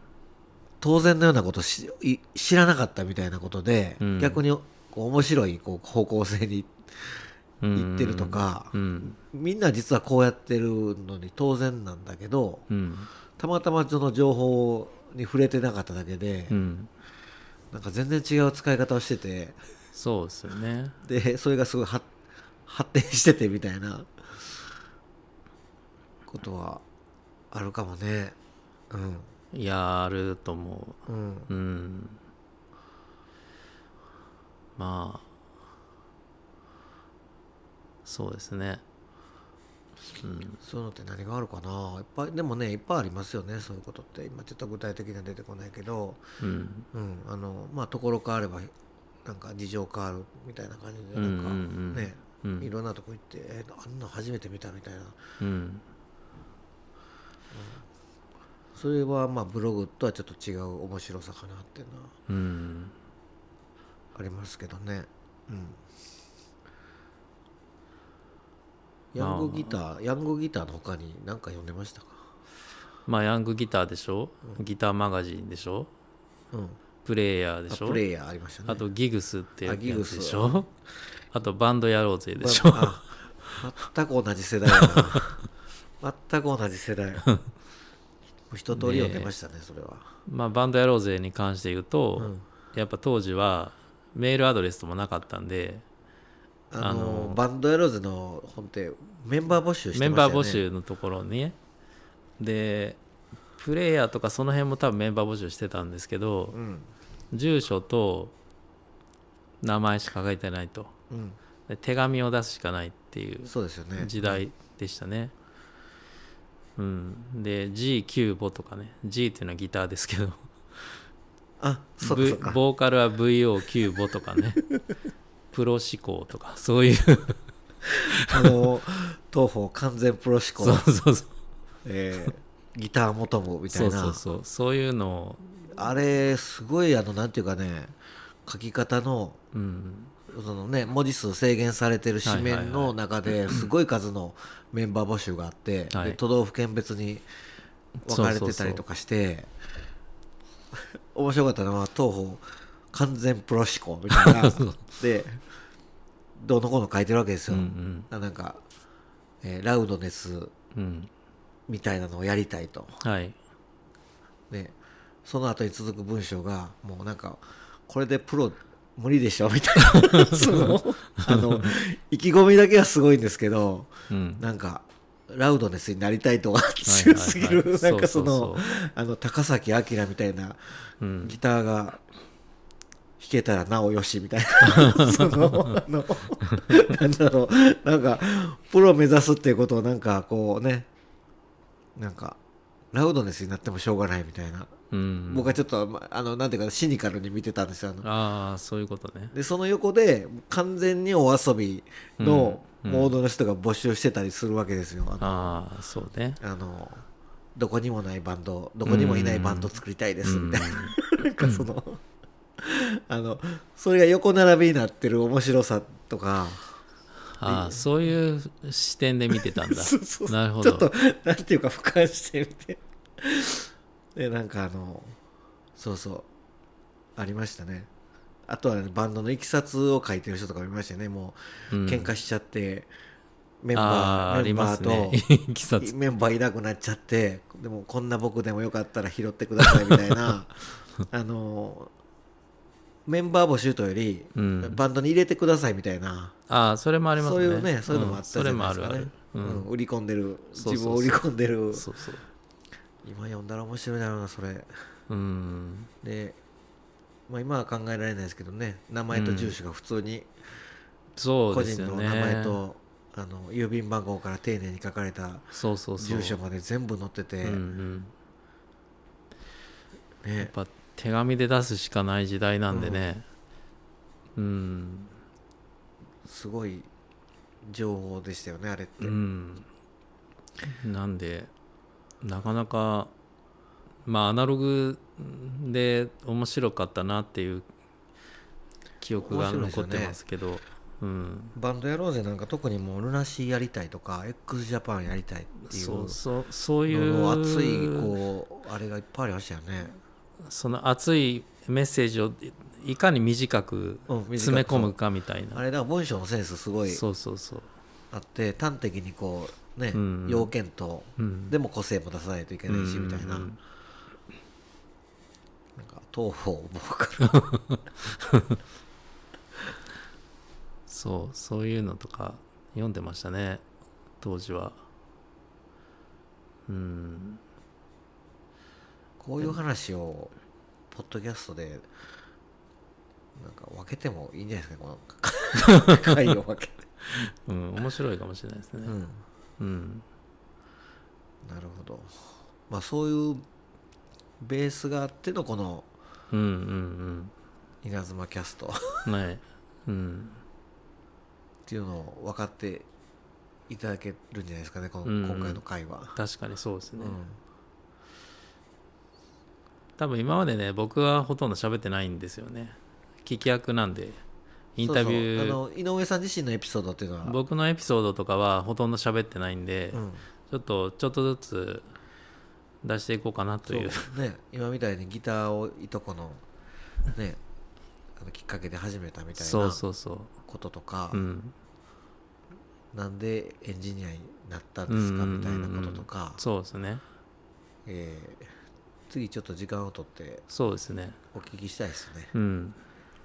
[SPEAKER 2] 当然のようなことしい知らなかったみたいなことで、
[SPEAKER 1] うん
[SPEAKER 2] 逆にこう面白いこう方向性に
[SPEAKER 1] うん
[SPEAKER 2] 行ってるとか、
[SPEAKER 1] うん
[SPEAKER 2] みんな実はこうやってるのに当然なんだけど
[SPEAKER 1] うん
[SPEAKER 2] たまたまその情報に触れてなかっただけで、
[SPEAKER 1] うん
[SPEAKER 2] なんか全然違う使い方をしてて
[SPEAKER 1] そうですよね
[SPEAKER 2] でそれがすごい発発展しててみたいなことはあるかもねうん
[SPEAKER 1] いやあると思
[SPEAKER 2] うん
[SPEAKER 1] ううんまあそうですねうん
[SPEAKER 2] そういうのって何があるかないっぱいでもねいっぱいありますよねそういうことって今ちょっと具体的には出てこないけど
[SPEAKER 1] うん
[SPEAKER 2] うんあのまあところ変わればなんか事情変わるみたいな感じで
[SPEAKER 1] うんう
[SPEAKER 2] なんか、
[SPEAKER 1] ん
[SPEAKER 2] ね
[SPEAKER 1] う
[SPEAKER 2] い
[SPEAKER 1] ん
[SPEAKER 2] ろんなとこ行って、えーあんな初めて見たみたいな
[SPEAKER 1] うん
[SPEAKER 2] それはまあブログとはちょっと違う面白さかなっていうのは
[SPEAKER 1] うん
[SPEAKER 2] ありますけどねうんヤングギター、ヤングギターの他に何か読んでましたか
[SPEAKER 1] まあヤングギターでしょギターマガジンでしょ
[SPEAKER 2] うん
[SPEAKER 1] プレイヤーでし
[SPEAKER 2] あ
[SPEAKER 1] ょ
[SPEAKER 2] プレイヤーありましたね
[SPEAKER 1] あとギグスってや
[SPEAKER 2] あギグ
[SPEAKER 1] つ
[SPEAKER 2] ス
[SPEAKER 1] でしょあとバンドやろうぜでしょ、
[SPEAKER 2] あ全く同じ世代や
[SPEAKER 1] [LAUGHS]
[SPEAKER 2] な全く同じ世代もう一通り読んでましたねそれは
[SPEAKER 1] まあ、バンドやろうぜに関して言うと、
[SPEAKER 2] うん
[SPEAKER 1] やっぱ当時はメールアドレスもなかったんで
[SPEAKER 2] あ
[SPEAKER 1] あ
[SPEAKER 2] の
[SPEAKER 1] の
[SPEAKER 2] バンドエローズの本ってメンバー募集してました
[SPEAKER 1] メ
[SPEAKER 2] よね
[SPEAKER 1] ンバー募集のところにねでプレイヤーとかその辺も多分メンバー募集してたんですけど
[SPEAKER 2] うん
[SPEAKER 1] 住所と名前しか書いてないと
[SPEAKER 2] うん
[SPEAKER 1] で手紙を出すしかないっていう
[SPEAKER 2] そうですよね
[SPEAKER 1] 時代でしたね。うん、で G キューボとかね G っていうのはギターですけど
[SPEAKER 2] あそっか
[SPEAKER 1] V-
[SPEAKER 2] そっか
[SPEAKER 1] ボーカルは VO キューボとか
[SPEAKER 2] [LAUGHS]
[SPEAKER 1] ねプロ志向とかそういう
[SPEAKER 2] あの東方完全プロ志向
[SPEAKER 1] そうそうそう
[SPEAKER 2] えーギター求むみた
[SPEAKER 1] そ
[SPEAKER 2] いうな
[SPEAKER 1] そうそうそういうのを、
[SPEAKER 2] あれすごいあのなんていうかね書き方の
[SPEAKER 1] うん、
[SPEAKER 2] そのね文字数制限されてる紙面の中ですごい数のメンバー募集があって、
[SPEAKER 1] はい
[SPEAKER 2] で都道府県別に分かれてたりとかして面白かったのは当方完全プロ志向みた
[SPEAKER 1] [LAUGHS]
[SPEAKER 2] いなでどうのこうの書いてるわけです
[SPEAKER 1] う
[SPEAKER 2] よ、
[SPEAKER 1] ん
[SPEAKER 2] あなんか、えーラウドネス
[SPEAKER 1] うんうん
[SPEAKER 2] みたいなのをやりたいと
[SPEAKER 1] はい
[SPEAKER 2] ね、その後に続く文章がもうなんかこれでプロ無理でしょみたいなそのあの意気込みだけはすごいんですけど
[SPEAKER 1] うん
[SPEAKER 2] なんかラウドネスになりたいとか
[SPEAKER 1] はい
[SPEAKER 2] [LAUGHS] 強すぎ
[SPEAKER 1] はいは
[SPEAKER 2] る
[SPEAKER 1] い
[SPEAKER 2] [LAUGHS] なんかそうの
[SPEAKER 1] うそ
[SPEAKER 2] あの高崎明みたいな
[SPEAKER 1] ううん
[SPEAKER 2] ギターが弾けたらなおよしみたいな [LAUGHS] そのあのなんだろうなんかプロ目指すっていうことをなんかこうねなんかラウドネスになってもしょうがないみたいな。
[SPEAKER 1] うん
[SPEAKER 2] 僕はちょっと、まあの、なんていうか、シニカルに見てたんですよ。あの
[SPEAKER 1] ああそういうことね
[SPEAKER 2] で、その横で、完全にお遊びの、
[SPEAKER 1] うん
[SPEAKER 2] モードの人が募集してたりするわけですよ。あの
[SPEAKER 1] ああそうね
[SPEAKER 2] あのどこにもないバンドどこにもいないバンド作りたいですみたいな,、なんかそのあのそれが横並びになってる面白さとか
[SPEAKER 1] ああそういう視点で見てたんだ
[SPEAKER 2] [LAUGHS] そうそう
[SPEAKER 1] なるほ
[SPEAKER 2] ちょ
[SPEAKER 1] ど
[SPEAKER 2] っとなんていうか俯瞰してみてでなんかあのそうそうありましたねあとは、ね、バンドのいきさつを書いてる人とかもいましたよねも
[SPEAKER 1] う
[SPEAKER 2] うん喧嘩しちゃって、メン
[SPEAKER 1] あああ
[SPEAKER 2] バーメ
[SPEAKER 1] り
[SPEAKER 2] ン
[SPEAKER 1] ま
[SPEAKER 2] バ
[SPEAKER 1] す
[SPEAKER 2] ーと、
[SPEAKER 1] ねいきさつ
[SPEAKER 2] [LAUGHS] メンバーいなくなっちゃってでもこんな僕でもよかったら拾ってくださいみたい
[SPEAKER 1] [LAUGHS]
[SPEAKER 2] なあのメンバー募集というより、
[SPEAKER 1] うん
[SPEAKER 2] バンドに入れてくださいみたいな、
[SPEAKER 1] ああそれもありますね
[SPEAKER 2] そういうねそういうのもあっ
[SPEAKER 1] ん
[SPEAKER 2] た
[SPEAKER 1] そ
[SPEAKER 2] じ
[SPEAKER 1] れ
[SPEAKER 2] ゃ
[SPEAKER 1] も
[SPEAKER 2] ない
[SPEAKER 1] あ
[SPEAKER 2] です
[SPEAKER 1] る
[SPEAKER 2] か
[SPEAKER 1] あ
[SPEAKER 2] ね
[SPEAKER 1] る、う
[SPEAKER 2] うん
[SPEAKER 1] ん
[SPEAKER 2] 売り込んでる
[SPEAKER 1] そうそうそう
[SPEAKER 2] 自分を売り込んでる
[SPEAKER 1] そうそう
[SPEAKER 2] 今読んだら面白いだろうなそれ
[SPEAKER 1] うん
[SPEAKER 2] で、まあ、今は考えられないですけどね名前と住所が普通に
[SPEAKER 1] そう
[SPEAKER 2] 個
[SPEAKER 1] です
[SPEAKER 2] 人
[SPEAKER 1] よ
[SPEAKER 2] の
[SPEAKER 1] ね
[SPEAKER 2] 名前と、あの郵便番号から丁寧に書かれた
[SPEAKER 1] そうそうそう
[SPEAKER 2] 住所まで全部載ってて、
[SPEAKER 1] うんうん
[SPEAKER 2] ね
[SPEAKER 1] やっぱ手紙で出すしかない時代なんでねうん
[SPEAKER 2] すごい情報でしたよねあれって、
[SPEAKER 1] うん、なんでなかなかまあアナログで面白かったなっていう記憶が
[SPEAKER 2] 面
[SPEAKER 1] 残
[SPEAKER 2] 白
[SPEAKER 1] っ
[SPEAKER 2] いですよね
[SPEAKER 1] てますけどうん、
[SPEAKER 2] バンドやろうぜなんか特にもうルナシーやりたいとか x ジャパンやりたいっていう
[SPEAKER 1] そうそうそういう
[SPEAKER 2] のの熱いこうあれがいっぱいありましたよね
[SPEAKER 1] その熱いメッセージをいかに短く
[SPEAKER 2] うん短く
[SPEAKER 1] 詰め込むかみたい
[SPEAKER 2] あ
[SPEAKER 1] な、
[SPEAKER 2] れだから文章のセンスすごい
[SPEAKER 1] そうそうそう、
[SPEAKER 2] あって端的にこうね、
[SPEAKER 1] うん
[SPEAKER 2] 要件と
[SPEAKER 1] うん、
[SPEAKER 2] でも個性も出さないといけないしみたいな,、
[SPEAKER 1] うんうんうん
[SPEAKER 2] なんか [LAUGHS] 東方ボーカル
[SPEAKER 1] そうそういうのとか読んでましたね当時はうん
[SPEAKER 2] こういう話をポッドキャストでなんか分けてもいいんじゃないですかこの [LAUGHS] 回を分けて、
[SPEAKER 1] うん、面白いかもしれないです
[SPEAKER 2] う
[SPEAKER 1] ね。
[SPEAKER 2] ん
[SPEAKER 1] うん。
[SPEAKER 2] なるほど。まあそういうベースがあってのこの
[SPEAKER 1] うんうん
[SPEAKER 2] 稲妻キ
[SPEAKER 1] [LAUGHS]
[SPEAKER 2] ャストっ
[SPEAKER 1] うん。はい。うん。
[SPEAKER 2] ていうのを分かっていただけるんじゃないですかね、この
[SPEAKER 1] うんうん
[SPEAKER 2] 今回の回は。
[SPEAKER 1] 確かにそうです
[SPEAKER 2] うん
[SPEAKER 1] ね。多分今までね、僕はほとんど喋ってないんですよね。聞き役なんで、インタビュー、
[SPEAKER 2] そうそうあの井上さん自身のエピソードっていうのは、
[SPEAKER 1] 僕のエピソードとかはほとんど喋ってないんで、
[SPEAKER 2] うん、
[SPEAKER 1] ちょっと、ちょっとずつ出していこうかなと
[SPEAKER 2] そう
[SPEAKER 1] いう。
[SPEAKER 2] ね、今みたいにギターをいとこの、ね、あのきっかけで始めたみたい
[SPEAKER 1] そう
[SPEAKER 2] な
[SPEAKER 1] そうそう。
[SPEAKER 2] こととか、
[SPEAKER 1] うん。
[SPEAKER 2] なんでエンジニアになったんですか
[SPEAKER 1] うんうんうんうん
[SPEAKER 2] みたいなこととか、
[SPEAKER 1] そうですね。
[SPEAKER 2] えー次ちょっと時間を取って
[SPEAKER 1] そうですね。
[SPEAKER 2] お聞きしたいですね。
[SPEAKER 1] うん。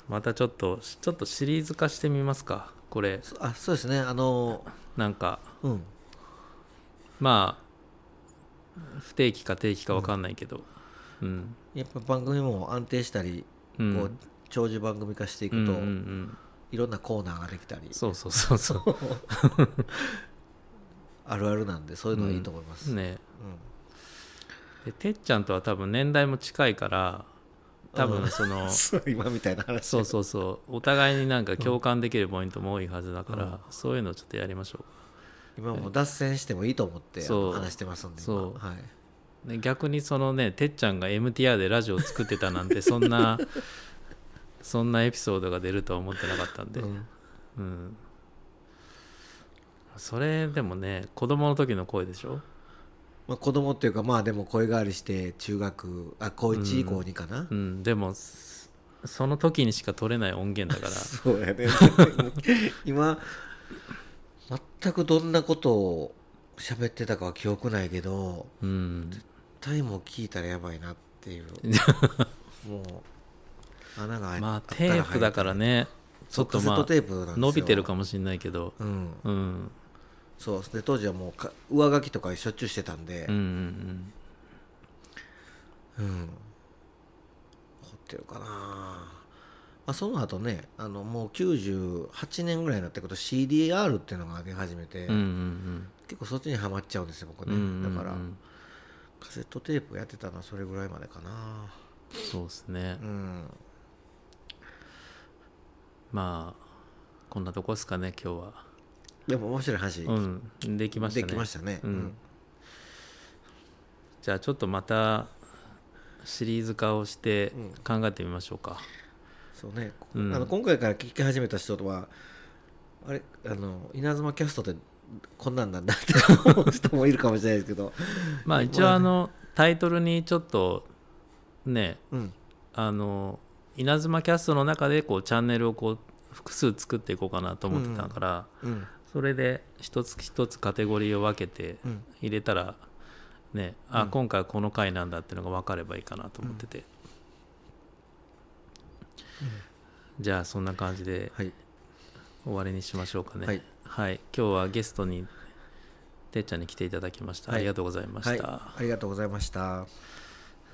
[SPEAKER 1] またちょっと、ちょっとシリーズ化してみますか。これ、
[SPEAKER 2] そあそうですねあの
[SPEAKER 1] なんか。
[SPEAKER 2] うん
[SPEAKER 1] まあ不定期か定期か分かんないけどうん、
[SPEAKER 2] やっぱ番組も安定したり、
[SPEAKER 1] うん、
[SPEAKER 2] こう長寿番組化していく
[SPEAKER 1] うんう
[SPEAKER 2] と、
[SPEAKER 1] んうん
[SPEAKER 2] いろんなコーナーができたり
[SPEAKER 1] そうそうそうそ
[SPEAKER 2] あるあるなんでそういうのはいいと思います、
[SPEAKER 1] う
[SPEAKER 2] [LAUGHS] うん
[SPEAKER 1] ねでてっちゃんとは多分年代も近いから多
[SPEAKER 2] う
[SPEAKER 1] 分
[SPEAKER 2] ん
[SPEAKER 1] その
[SPEAKER 2] そう今みたいな話
[SPEAKER 1] そうそうそうお互いになんか共感できるポイントも多いはずだから、そういうのちょっとやりましょう
[SPEAKER 2] 今もう脱線してもいいと思ってあ
[SPEAKER 1] そう
[SPEAKER 2] の話してますんで今
[SPEAKER 1] そう
[SPEAKER 2] はい、
[SPEAKER 1] で逆にそのねてっちゃんが MTR でラジオを作ってたなんてそん
[SPEAKER 2] [LAUGHS]
[SPEAKER 1] なそんなエピソードが出るとは思ってなかったんで、
[SPEAKER 2] うん
[SPEAKER 1] うんそれでもね子供の時の声でしょ
[SPEAKER 2] まあ、子供っていうかまあでも声変わりして中学あ高1以降にかな、
[SPEAKER 1] うんでもそその時にしか取れない音源だから
[SPEAKER 2] そうやね [LAUGHS] 今全くどんなことを喋ってたかは記憶ないけど
[SPEAKER 1] うん
[SPEAKER 2] タイムを聞いたらやばいなって
[SPEAKER 1] [LAUGHS]
[SPEAKER 2] いうもう穴が開い
[SPEAKER 1] まあ
[SPEAKER 2] った
[SPEAKER 1] テープだから
[SPEAKER 2] ね
[SPEAKER 1] ねちょっとまあ
[SPEAKER 2] カセットテープなんですよ
[SPEAKER 1] 伸びてるかもしれないけど
[SPEAKER 2] うん
[SPEAKER 1] うん
[SPEAKER 2] そうで当時はもうか上書きとかしょっちゅうしてたんで
[SPEAKER 1] うんうんうん
[SPEAKER 2] うん、凝ってるかなまあその後ねあのもう98年ぐらいになってくると CDR っていうのが出始めて、
[SPEAKER 1] うんうん
[SPEAKER 2] 結構そっちにはまっちゃうんですよ僕
[SPEAKER 1] うんう
[SPEAKER 2] ね、
[SPEAKER 1] んうん
[SPEAKER 2] だから
[SPEAKER 1] うん
[SPEAKER 2] カセットテープやってたのはそれぐらいまでかな
[SPEAKER 1] そうですね
[SPEAKER 2] うん
[SPEAKER 1] まあこんなとこですかね今日は
[SPEAKER 2] でも面白い話、
[SPEAKER 1] うん、できました
[SPEAKER 2] で
[SPEAKER 1] ね
[SPEAKER 2] きましたね、
[SPEAKER 1] うんじゃあちょっとまたシリーズ化をして考えてみましょうか、
[SPEAKER 2] そうね、こ
[SPEAKER 1] うん
[SPEAKER 2] あの今回から聞き始めた人とはあれあの稲妻キャストってこんなんなんだって思う人もいるかもしれないですけど、
[SPEAKER 1] まあ一応あのタイトルにちょっとね
[SPEAKER 2] うん、
[SPEAKER 1] あの稲妻キャストの中でこうチャンネルをこう複数作っていこうかなと思ってたから、
[SPEAKER 2] うん、
[SPEAKER 1] それで一つ一つカテゴリーを分けて
[SPEAKER 2] うん
[SPEAKER 1] 入れたらね、あ
[SPEAKER 2] うん
[SPEAKER 1] 今回はこの回なんだっていうのが分かればいいかなと思ってて、じゃあそんな感じで
[SPEAKER 2] はい、
[SPEAKER 1] 終わりにしましょうかね
[SPEAKER 2] はい、
[SPEAKER 1] はい今日はゲストにてっちゃんに来ていただきました、
[SPEAKER 2] はい
[SPEAKER 1] ありがとうございました、
[SPEAKER 2] はい、ありがとうございました。